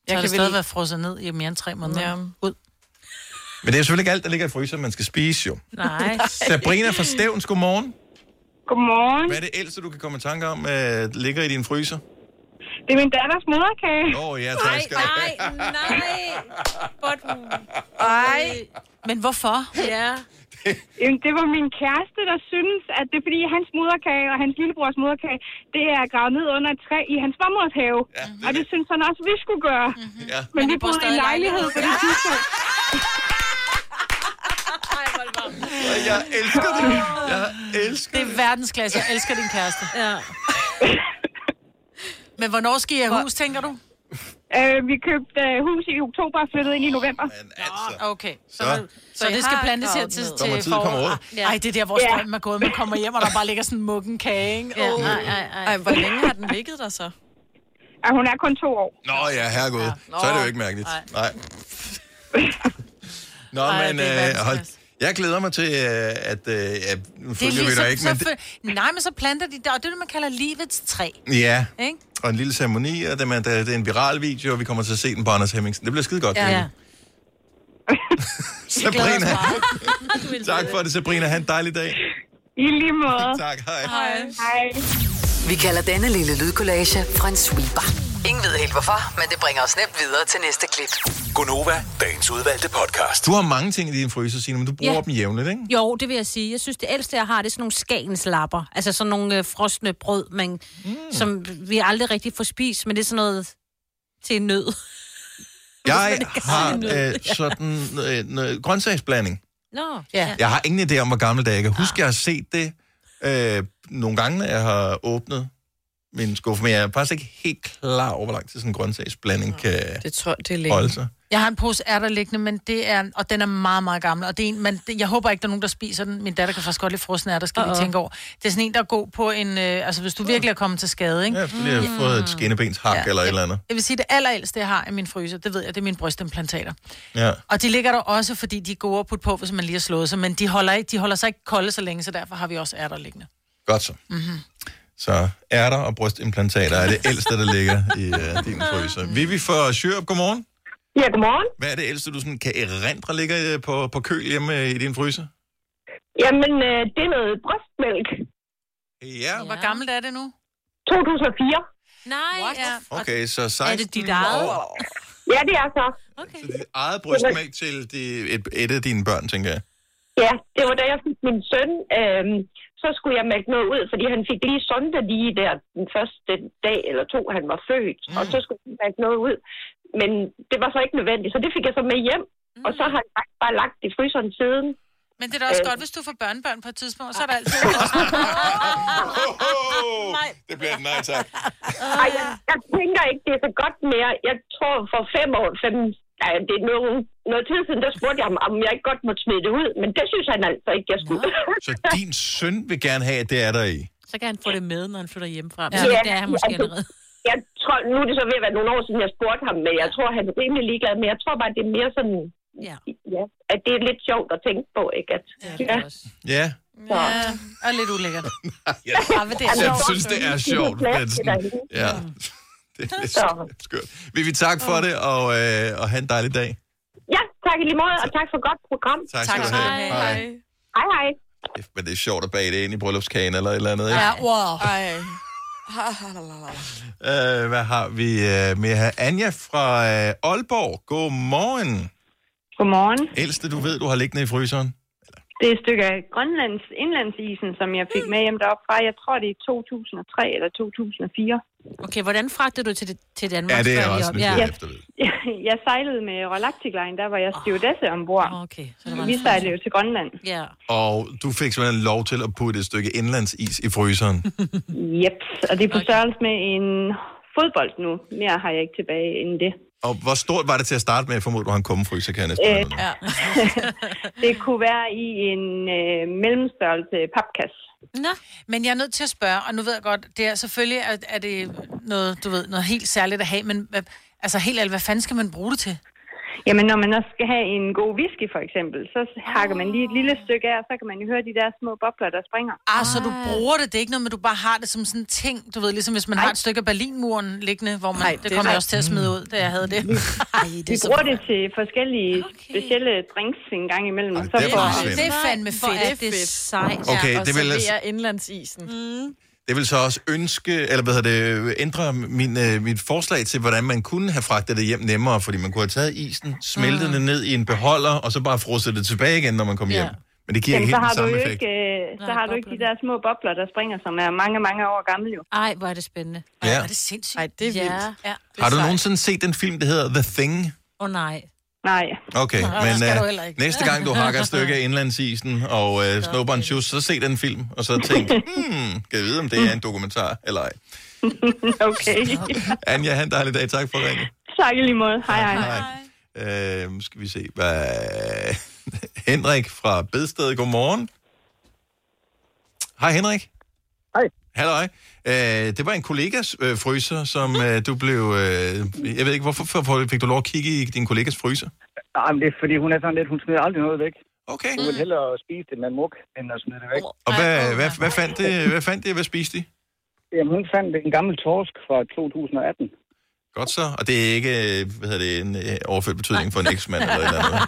Speaker 4: Så har det stadig været frosset ned i mere end tre måneder.
Speaker 5: Ja.
Speaker 4: Ud.
Speaker 1: Men det er jo selvfølgelig ikke alt, der ligger i fryser, man skal spise jo.
Speaker 4: Nej.
Speaker 1: Sabrina fra Stævns, godmorgen.
Speaker 19: Godmorgen.
Speaker 1: Hvad er det ældste, du kan komme i tanke om, øh, ligger i din fryser?
Speaker 19: Det er min datters moderkage.
Speaker 1: Åh, oh, ja, tak skal du have.
Speaker 19: nej, nej. But...
Speaker 4: Ej. Øh. Men hvorfor? Ja.
Speaker 19: Jamen, det var min kæreste, der synes, at det er fordi hans moderkage og hans lillebrors moderkage, det er gravet ned under et træ i hans mormors have. Ja, det og det synes han også, vi skulle gøre.
Speaker 4: Mhm.
Speaker 19: Mm-hmm.
Speaker 1: Ja.
Speaker 19: Men, vi boede i en lejlighed på det tidspunkt.
Speaker 1: Jeg elsker det. Jeg elsker
Speaker 4: det. er verdensklasse. Jeg elsker din kæreste. Ja. Men hvornår skal I have hus, tænker du?
Speaker 19: Øh, vi købte øh, hus i oktober og flyttede ind i november.
Speaker 4: Altså. Okay. Så,
Speaker 1: Så-
Speaker 4: så,
Speaker 19: Ah, Så
Speaker 4: så
Speaker 19: I
Speaker 4: det skal
Speaker 19: har
Speaker 4: blandes her
Speaker 19: gravet
Speaker 4: til,
Speaker 19: ned.
Speaker 1: Kommer
Speaker 4: til
Speaker 1: tid, kommer råd.
Speaker 4: Ah, Ej, det er der, hvor
Speaker 5: Ja.
Speaker 4: strømmen er gået. Man kommer hjem, og der bare ligger sådan en mukken kage, ikke?
Speaker 5: Ja,
Speaker 4: Åh.
Speaker 5: nej, nej, nej. Ej, hvor længe har den ligget der så?
Speaker 19: Ja, hun er kun to år.
Speaker 1: Nå ja, herregud. Ja. Så er det jo ikke mærkeligt. Nej. Nej. Nå,
Speaker 4: Ej,
Speaker 1: Ej, men
Speaker 4: det er
Speaker 1: øh,
Speaker 4: verdensklasse.
Speaker 1: hold, jeg glæder mig til, øh, at... Øh, ja, nu
Speaker 4: Det er
Speaker 1: følger
Speaker 4: lige
Speaker 1: vi
Speaker 4: så,
Speaker 1: dig ikke,
Speaker 4: så
Speaker 1: men... Det,
Speaker 4: fø- Nej, men så planter de der, og det er det, man kalder livets træ.
Speaker 1: ja,
Speaker 4: Ikke?
Speaker 1: og en lille ceremoni, og det, man, der, det er en viral video, og vi kommer til at se den på Anders Hemmingsen. Det bliver skide godt.
Speaker 4: Ja, ja.
Speaker 1: Sabrina, tak for det, Sabrina. Ha' en dejlig dag.
Speaker 19: I lige måde.
Speaker 1: tak, hej.
Speaker 19: Hej. hej.
Speaker 2: Vi kalder denne lille lydkollage Frans sweeper. Ingen ved helt hvorfor, men det bringer os nemt videre til næste klip.
Speaker 6: Gonova, dagens udvalgte podcast.
Speaker 1: Du har mange ting i din fryser, Signe, men du bruger ja.
Speaker 3: Ja.
Speaker 1: dem jævnligt, ikke?
Speaker 3: Jo, det vil jeg sige. Jeg synes, det ældste, jeg har, det er sådan nogle skagenslapper. Altså sådan nogle øh, frosne brød, man, mm. som vi aldrig rigtig får spist, men det er sådan noget til en nød.
Speaker 1: Jeg har
Speaker 3: sige noget.
Speaker 1: øh, sådan øh, noget grøntsagsblanding.
Speaker 3: Nå, ja.
Speaker 1: Jeg har ingen idé om, hvor gammel det er. Jeg kan huske, jeg har set det øh, nogle gange, når jeg har åbnet min skuffe, men jeg er faktisk ikke helt klar over, hvor lang tid sådan en grøntsagsblanding kan
Speaker 5: det tror, det er
Speaker 1: holde sig.
Speaker 4: Jeg har en pose ærter liggende, men det er, og den er meget, meget gammel. Og det er en, man, det, jeg håber ikke, der er nogen, der spiser den. Min datter kan faktisk godt lide frosne ærter, skal uh-oh. vi
Speaker 1: Uh-oh.
Speaker 4: tænke over. Det er sådan en, der er god på en... Øh, altså, hvis du virkelig er kommet til skade, ikke? Mm.
Speaker 1: Ja, fordi jeg har fået et skinnebenshak ja. eller et eller andet.
Speaker 4: Jeg vil sige, det allerældste, jeg har i min fryser, det ved jeg, det er mine brystimplantater.
Speaker 1: Ja.
Speaker 4: Og de ligger der også, fordi de er gode at putte på, hvis man lige har slået sig. Men de holder, ikke, de holder sig ikke kolde så længe, så derfor har vi også ærter liggende.
Speaker 1: Godt så.
Speaker 4: Mm-hmm.
Speaker 1: Så ærter og brystimplantater er det ældste, der ligger i uh, din fryser. Vivi fra Sjørup, godmorgen.
Speaker 17: Ja, godmorgen.
Speaker 1: Hvad er det ældste, du sådan kan erindre ligger øh, på, på køl hjemme øh, i din fryser?
Speaker 17: Jamen, øh, det er noget brystmælk.
Speaker 1: Ja.
Speaker 4: Hvor gammelt er det nu?
Speaker 17: 2004.
Speaker 3: Nej, What? ja.
Speaker 1: Okay, så 16
Speaker 3: Er det dit eget?
Speaker 1: år.
Speaker 17: Ja, det er så.
Speaker 1: Okay. Så dit eget brystmælk til de, et, et af dine børn, tænker jeg.
Speaker 17: Ja, det var da jeg fik min søn. Øh, så skulle jeg mælke noget ud, fordi han fik lige sonde lige der den første dag eller to, han var født. Mm. Og så skulle jeg mælke noget ud. Men det var så ikke nødvendigt, så det fik jeg så med hjem. Mm. Og så har jeg faktisk bare lagt det i fryseren siden.
Speaker 4: Men det er da også
Speaker 17: Øh.
Speaker 4: godt, hvis du får børnebørn på et tidspunkt, så er der altid frosne.
Speaker 1: Nej. Det bliver et nej tak.
Speaker 17: Ej, jeg, jeg tænker ikke, det er så godt mere. Jeg tror for fem år, fem, nej, det er noget, noget tid siden, der spurgte jeg ham, om jeg ikke godt måtte smide det ud. Men det synes han altså ikke, jeg skulle.
Speaker 1: Så din søn vil gerne have, at det er der i.
Speaker 3: Så kan han få det med, når han flytter hjemmefra. Ja. Det er han måske
Speaker 17: altså,
Speaker 3: allerede.
Speaker 17: Jeg tror, nu er det så ved at være nogle år siden, jeg spurgte ham, men jeg tror, han er rimelig ligeglad. Men jeg tror bare, det er mere sådan,
Speaker 3: ja.
Speaker 17: Ja, at det er lidt sjovt at tænke på, ikke? At, ja.
Speaker 1: Ja.
Speaker 4: Ja, og lidt ulækkert.
Speaker 1: ja.
Speaker 4: Ej, men det er
Speaker 1: Jeg
Speaker 4: sjovt.
Speaker 1: synes, det er sjovt. Men sådan, ja. Det er lidt skørt- skørt. Vivi, tak for det, og, øh, og have en dejlig dag.
Speaker 17: ja, tak i lige måde, og tak for godt program.
Speaker 1: Tak skal Tak. du have. Hej. Hej.
Speaker 17: Hej, hej.
Speaker 1: Kæft, Men det er sjovt at bage det ind i bryllupskagen eller et eller andet, ikke?
Speaker 5: Ja,
Speaker 4: wow.
Speaker 5: Ej. Ha, ha, la, la, la.
Speaker 1: Øh, hvad har vi øh, med her? Anja fra øh, Aalborg. Godmorgen.
Speaker 20: Godmorgen.
Speaker 1: Ældste, du ved, du har liggende i fryseren.
Speaker 20: Det er et stykke af Grønlands indlandsisen, som jeg fik med hjem deroppe fra. Jeg tror, det er 2003 eller 2004.
Speaker 3: Okay, hvordan fragtede du til, det, til Danmark?
Speaker 1: Ja, det er
Speaker 3: før I
Speaker 1: også
Speaker 3: op-
Speaker 1: lidt
Speaker 3: ja.
Speaker 1: lidt
Speaker 20: Jeg, jeg sejlede med Rolactic Line, der var jeg stewardesse ombord.
Speaker 3: Ah, Okay, så
Speaker 20: Vi sejlede jo til Grønland.
Speaker 3: Ja.
Speaker 1: Og du fik simpelthen lov til at putte et stykke indlandsis i fryseren.
Speaker 20: Yep, og det er på størrelse med en fodbold nu. Mere har jeg ikke tilbage end det.
Speaker 1: Og hvor stort var det til at starte med? Jeg formoder, du har en kummefryser, kan jeg næsten
Speaker 20: Øh,
Speaker 1: regne ud.
Speaker 20: ja. det kunne være i en øh, mellemstørrelse papkasse.
Speaker 3: Nå.
Speaker 4: Men jeg er nødt til at spørge, og nu ved jeg godt, det er selvfølgelig, at, er det noget, du ved, noget helt særligt at have, men hvad- altså helt alt, hvad fanden skal man bruge det til?
Speaker 20: Jamen, når man også skal have en god whisky, for eksempel, så hakker man lige et lille stykke af, og så kan man jo høre de der små bobler, der springer.
Speaker 4: Ah, så du bruger det, det er ikke noget med, du bare har det som sådan en ting, du ved, ligesom hvis man har et stykke af Berlinmuren liggende, hvor man,
Speaker 20: Nej,
Speaker 4: Ej, det,
Speaker 20: det-
Speaker 4: det kommer jeg
Speaker 20: nej.
Speaker 4: også til at
Speaker 7: Mm.
Speaker 4: smide ud, da jeg havde det. Ej, det
Speaker 20: Vi bruger det til forskellige okay. specielle drinks en gang imellem. Ej,
Speaker 1: Ah, det er faktisk fedt. Det
Speaker 4: er fandme
Speaker 5: Hvor
Speaker 4: fedt.
Speaker 5: er det fedt. sejt.
Speaker 1: Okay,
Speaker 5: og
Speaker 1: det vil
Speaker 5: servere
Speaker 1: altså-
Speaker 5: indlandsisen. Mm.
Speaker 1: Det vil så også ønske, eller hvad hedder det, ændre min, øh, mit forslag til, hvordan man kunne have fragtet det hjem nemmere, fordi man kunne have taget isen, smeltet det ned i en beholder, og så bare frosset det tilbage igen, når man kom
Speaker 20: Mm. Ja.
Speaker 1: hjem. Men det giver
Speaker 20: Jamen,
Speaker 1: ikke
Speaker 20: så
Speaker 1: helt
Speaker 20: har
Speaker 1: den
Speaker 20: du
Speaker 1: samme
Speaker 20: jo
Speaker 1: effekt.
Speaker 20: ikke, øh, så har du ikke de der små bobler, der springer, som er mange, mange år gamle jo.
Speaker 3: Ej, hvor er det spændende.
Speaker 1: Ja.
Speaker 4: Er det sindssygt? Ej,
Speaker 5: det er vildt.
Speaker 3: Ja.
Speaker 4: Ja.
Speaker 1: Har du nogensinde set den film, der hedder The Thing?
Speaker 3: Åh oh, nej.
Speaker 20: Nej.
Speaker 1: Okay,
Speaker 3: Nej, det
Speaker 1: men
Speaker 3: skal du
Speaker 1: øh,
Speaker 3: heller ikke.
Speaker 1: næste gang du hakker et stykke af indlandsisen og øh, Snowbound Shoes, så se den film, og så tænk, hmm, kan jeg vide, om det er en dokumentar eller ej.
Speaker 20: okay.
Speaker 1: Anja, han dejlig dag. Tak for ringen.
Speaker 20: tak i lige måde. Hej, hej.
Speaker 1: Øh, nu skal vi se, hvad... Henrik fra Bedsted, godmorgen. Hej Henrik.
Speaker 21: Hej.
Speaker 1: Halløj. Øh, det var en kollegas øh, fryser,
Speaker 21: Mm.
Speaker 1: som øh, du blev... Øh, jeg ved ikke, hvorfor hvorfor fik du lov at kigge i din kollegas fryser?
Speaker 21: Nej, men det er fordi, hun er sådan lidt, hun smider aldrig noget væk.
Speaker 1: Okay.
Speaker 21: Hun vil hellere spise det med muk, end at smide det væk.
Speaker 1: Og hvad, hvad, hvad, fandt, det, øh, hvad fandt det? Hvad spiste de?
Speaker 21: Jamen, hun fandt en gammel torsk fra 2018.
Speaker 1: Godt så. Og det er ikke øh, hvad hedder det, en øh, overført betydning for en eksmand eller et eller andet.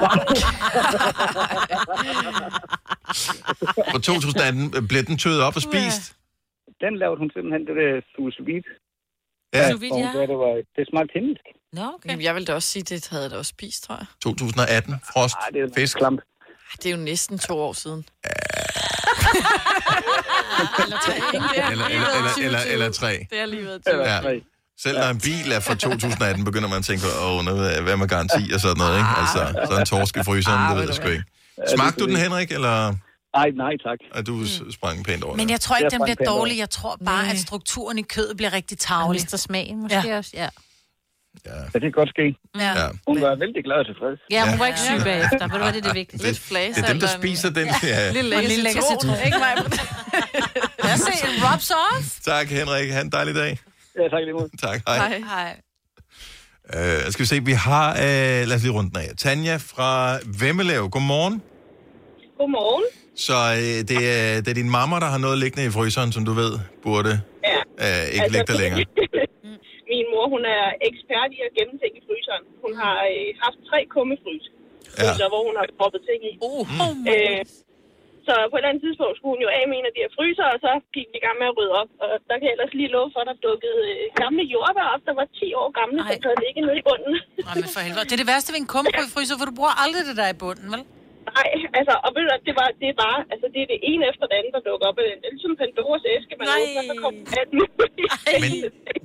Speaker 1: På 2018 øh, blev den tøet op og spist.
Speaker 21: Den lavede hun simpelthen det der sous vide.
Speaker 1: Ja.
Speaker 21: Sous vide, ja. Det, var, det smagte himmelsk.
Speaker 3: Nå, okay.
Speaker 5: Jamen, jeg ville da også sige, det havde jeg da også spist, tror jeg.
Speaker 1: 2018. Frost.
Speaker 21: det er
Speaker 1: fisk.
Speaker 21: Klamp.
Speaker 5: Ej, Det er jo næsten to år siden.
Speaker 1: Eller, eller, eller, eller, eller tre.
Speaker 5: Det er lige ved
Speaker 1: Ja. Selv når en bil er fra 2018, begynder man at tænke, åh, nu ved jeg, hvad med
Speaker 4: Ah,
Speaker 1: garanti og sådan noget, ikke? Altså, så er en torsk i fryseren, det ved jeg sgu ikke. Smagte du den, Henrik, eller?
Speaker 21: Nej, nej tak.
Speaker 1: At du mm. sprang pænt over
Speaker 4: Men
Speaker 1: det.
Speaker 4: jeg tror ikke,
Speaker 1: Jeg
Speaker 4: den
Speaker 1: sprang
Speaker 4: bliver
Speaker 1: pænt over.
Speaker 4: dårlig. Jeg tror bare, at strukturen i kødet bliver rigtig tavlig. Mister smagen måske ja. også, ja.
Speaker 21: Så det kan godt ske.
Speaker 4: Ja.
Speaker 1: Ja.
Speaker 21: Hun var vældig glad og tilfreds.
Speaker 3: Ja, hun var ikke syg bagefter. Ved du hvad, det er det vigtigste?
Speaker 1: Lidt flæs Det er dem, der eller en- spiser den. Ja, ja.
Speaker 3: Lille, lille, lille citron.
Speaker 4: Ikke mig. Lad os se, rubs off.
Speaker 1: Tak, Henrik. Ha' en dejlig dag.
Speaker 21: Ja, tak lige måde.
Speaker 1: Tak, hej. hej.
Speaker 4: Hej.
Speaker 1: Uh, skal vi se, vi har... Uh, lad os lige runde den af. Tanja fra Vemmelev. Godmorgen.
Speaker 7: Godmorgen.
Speaker 1: Så uh, det, er, det er din mamma, der har noget liggende i fryseren, som du ved burde
Speaker 7: Ja.
Speaker 1: uh, ikke altså, ligge der længere.
Speaker 7: Min mor, hun er ekspert i at gemme ting i fryseren. Hun har øh, haft tre kummefrys,
Speaker 1: ja.
Speaker 7: hvor hun har proppet ting i.
Speaker 4: Uh,
Speaker 7: øh, så på et eller andet tidspunkt skulle hun jo af med en af de her fryser, og så gik vi i gang med at rydde op. Og der kan jeg ellers lige love for, at der dukkede øh, gamle jordbær op, der var 10 år gamle, som havde ligget nede i bunden.
Speaker 4: Nej, men for helvede. Det er det værste ved en kummerbrød i fryser, for du bruger aldrig det der er i bunden, vel?
Speaker 7: Nej, altså, og ved du, hvad, det, var, det er bare, altså, det er det ene efter det andet, der dukker op. af den. Det er ligesom Pandoras æske, man åbner, så kommer alt muligt.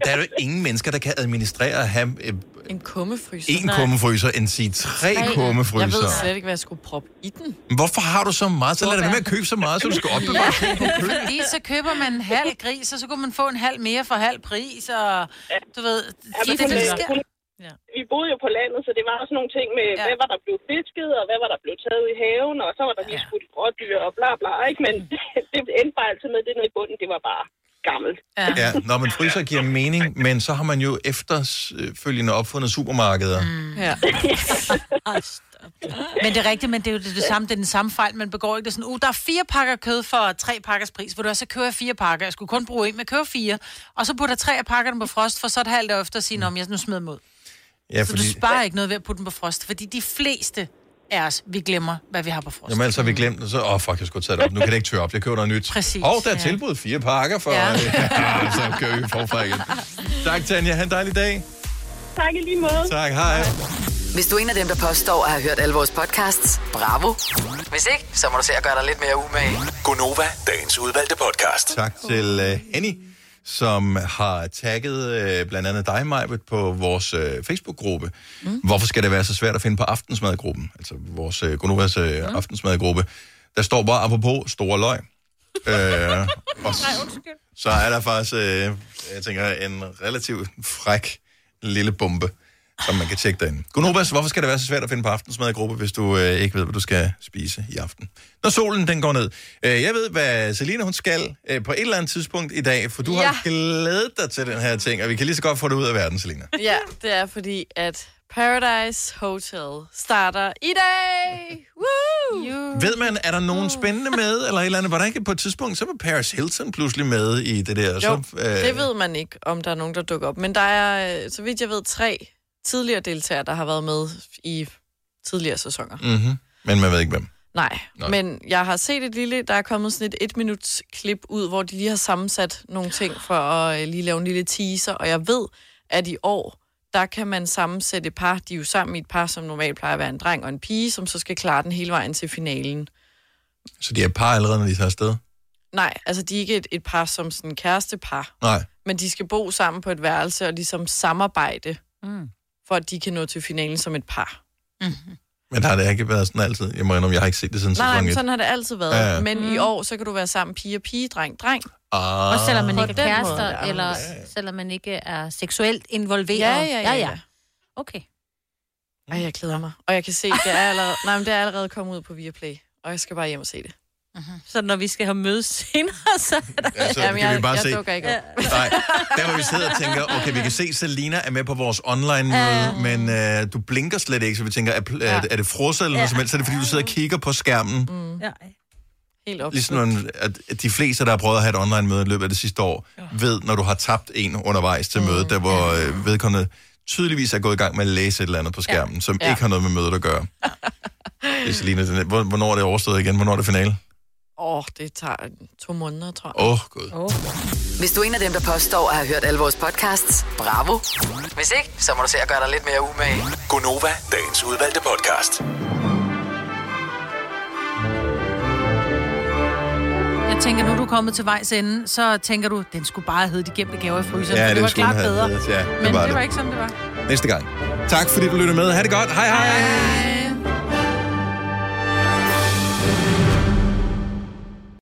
Speaker 1: Der er jo ingen mennesker, der kan administrere at have øh,
Speaker 5: En kummefryser.
Speaker 1: én
Speaker 5: Nej.
Speaker 1: kummefryser, end sige tre
Speaker 5: Jeg
Speaker 1: kummefryser.
Speaker 5: ved slet ikke, hvad jeg skulle proppe i den.
Speaker 1: Hvorfor har du så meget? Så lad dig være med at købe så meget, så du skal opbevare ting på køl.
Speaker 4: Fordi så køber man en halv gris, og så kunne man få en halv mere for halv pris, og du ved...
Speaker 7: Ja, men
Speaker 4: det, det,
Speaker 7: hun-
Speaker 4: sker.
Speaker 7: hun- Vi boede jo på landet, så det var også nogle ting med, ja. hvad var der blev fisket, og hvad var der blev taget i haven, og så var der lige ja. skudt rådyr og bla bla, ikke? Men det endte bare altid med, det nede i bunden, det var bare gammelt.
Speaker 1: Ja, når man fryser giver mening, men så har man jo efterfølgende opfundet supermarkeder. Mm.
Speaker 4: Ja. men det er rigtigt, men det er jo det, det samme, det er den samme fejl, man begår ikke. Det er sådan, uh, der er fire pakker kød for tre pakkers pris, hvor du også så køber jeg fire pakker. Jeg skulle kun bruge en, men jeg køber fire. Og så putter jeg tre af pakkerne på frost, for så et halvt år efter at sige, om jeg nu smider mod.
Speaker 1: Ja,
Speaker 4: Ja, fordi... Så du sparer ikke noget ved at putte dem på frost, fordi de fleste af os, vi glemmer, hvad vi har på frost.
Speaker 1: Jamen ellers har vi glemt, og så, åh oh, fuck, jeg skulle tage det op. Nu kan det ikke tørre op, jeg køber noget nyt.
Speaker 4: Præcis,
Speaker 1: Og der er
Speaker 4: ja.
Speaker 1: tilbud fire pakker for, ja.
Speaker 4: Ja.
Speaker 1: så kører vi forfra igen. Tak, Tanja. Ha' en dejlig dag.
Speaker 7: Tak i lige måde.
Speaker 1: Tak, hej.
Speaker 2: Hvis du er en af dem, der påstår at have hørt alle vores podcasts, bravo. Hvis ikke, så må du se at gøre dig lidt mere umage.
Speaker 1: Gonova, dagens udvalgte podcast. Tak til uh, Henny, som har tagget uh, blandt andet dig, Majbet, på vores uh, Facebook-gruppe. Mm. Hvorfor skal det være så svært at finde på aftensmadgruppen? Altså vores uh, Gonovas uh, mm. aftensmadgruppe. Der står bare apropos store løg. uh, og s- så er der faktisk, øh, jeg tænker, en relativt fræk lille bombe, som man kan tjekke derinde. Gunovas, hvorfor skal det være så svært at finde på aftensmad i gruppe, hvis du øh, ikke ved, hvad du skal spise i aften? Når solen den går ned. Øh, jeg ved, hvad Selina hun skal øh, på et eller andet tidspunkt i dag, for du ja.
Speaker 5: Ja.
Speaker 1: har glædet dig til den her ting, og vi kan lige så godt få det ud af verden, Selina.
Speaker 5: Ja, det er fordi, at Paradise Hotel starter i dag! Woo!
Speaker 1: Ved man, er der nogen spændende med, eller et eller andet? Var der ikke på et tidspunkt, så var Paris Hilton pludselig med i det der?
Speaker 5: Jo,
Speaker 1: så, øh,
Speaker 5: det ved man ikke, om der er nogen, der dukker op. Men der er, øh, så vidt jeg ved, tre tidligere deltagere, der har været med i tidligere sæsoner.
Speaker 1: Mm-hmm. Men man ved ikke, hvem.
Speaker 5: Nej,
Speaker 1: Nå.
Speaker 5: Nej, men jeg har set et lille, der er kommet sådan et et minuts klip ud, hvor de lige har sammensat nogle ting for at øh, lige lave en lille teaser, og jeg ved, at i år, der kan man sammensætte et par, de er jo sammen i et par, som normalt plejer at være en dreng og en pige, som så skal klare den hele vejen til finalen.
Speaker 1: Så de er et par allerede, når de tager afsted?
Speaker 5: Nej, altså de er ikke et, et par som sådan en kærestepar,
Speaker 1: Nej.
Speaker 5: men de skal bo sammen på et værelse og ligesom samarbejde, mm. for at de kan nå til finalen som et par.
Speaker 1: Men har det ikke været sådan altid? Jeg må indrømme, jeg har ikke set det siden
Speaker 5: Nej, nej,
Speaker 1: sæson
Speaker 5: men
Speaker 1: 1.
Speaker 5: sådan har det altid været. Mm.
Speaker 1: Ja, ja.
Speaker 5: Men i år, så kan du være sammen pige og pige, dreng, dreng.
Speaker 1: Ah.
Speaker 3: Og selvom man
Speaker 5: På
Speaker 3: ikke er
Speaker 5: den måde,
Speaker 3: kærester,
Speaker 5: det er
Speaker 3: eller
Speaker 5: anderledes.
Speaker 3: selvom man ikke er seksuelt involveret.
Speaker 5: Ja, ja, ja, ja.
Speaker 3: Okay.
Speaker 5: Ej, jeg glæder mig. Og jeg kan se, det er allerede, nej, men det er allerede kommet ud på Viaplay, og jeg skal bare hjem og se det.
Speaker 3: Så når vi skal have mødes senere, så er der...
Speaker 1: Ja, så Jamen, Altså, kan jeg- vi bare jeg se. dukker
Speaker 5: dukker ikke op.
Speaker 1: Nej, der hvor vi sidder og tænker, okay, vi kan se, Selina er med på vores online-møde,
Speaker 3: Ja.
Speaker 1: men øh, du blinker slet ikke, så vi tænker, er, pl- er, er det frosset eller noget
Speaker 5: Ja.
Speaker 1: som helst? Så er det, fordi du sidder og kigger på skærmen.
Speaker 5: Ja. Mm. Helt op.
Speaker 1: Ligesom når, at at de fleste, der har prøvet at have et online-møde i løbet af det sidste år, ved, når du har tabt en undervejs
Speaker 5: Mm.
Speaker 1: til mødet, der hvor øh, vedkommende tydeligvis er gået i gang med at læse et eller andet på skærmen, som
Speaker 5: Ja.
Speaker 1: ikke har noget med mødet at gøre. Det er Selina, den er- hvor- hvornår er det overstået igen? Hvornår er det finale?
Speaker 5: Åh, oh, det tager to måneder, tror jeg.
Speaker 1: Åh, oh, gud.
Speaker 2: Hvis du er en af dem, der påstår at have hørt alle vores podcasts, bravo. Hvis ikke, så må du se at gøre dig lidt mere umage.
Speaker 10: Gonova, dagens udvalgte podcast.
Speaker 4: Jeg tænker, nu du er kommet til vejs ende, så tænker du, den skulle bare hedde de gemte gaver i fryseren.
Speaker 1: Ja,
Speaker 4: for
Speaker 1: den
Speaker 4: det var
Speaker 1: skulle
Speaker 4: klart
Speaker 1: den have
Speaker 4: bedre.
Speaker 1: heddet, ja, det
Speaker 4: Men
Speaker 1: var
Speaker 4: det var
Speaker 1: det.
Speaker 4: ikke sådan, det var.
Speaker 1: Næste gang. Tak fordi du lyttede med. Ha' det godt. Hej hej. hej.
Speaker 4: Øhm,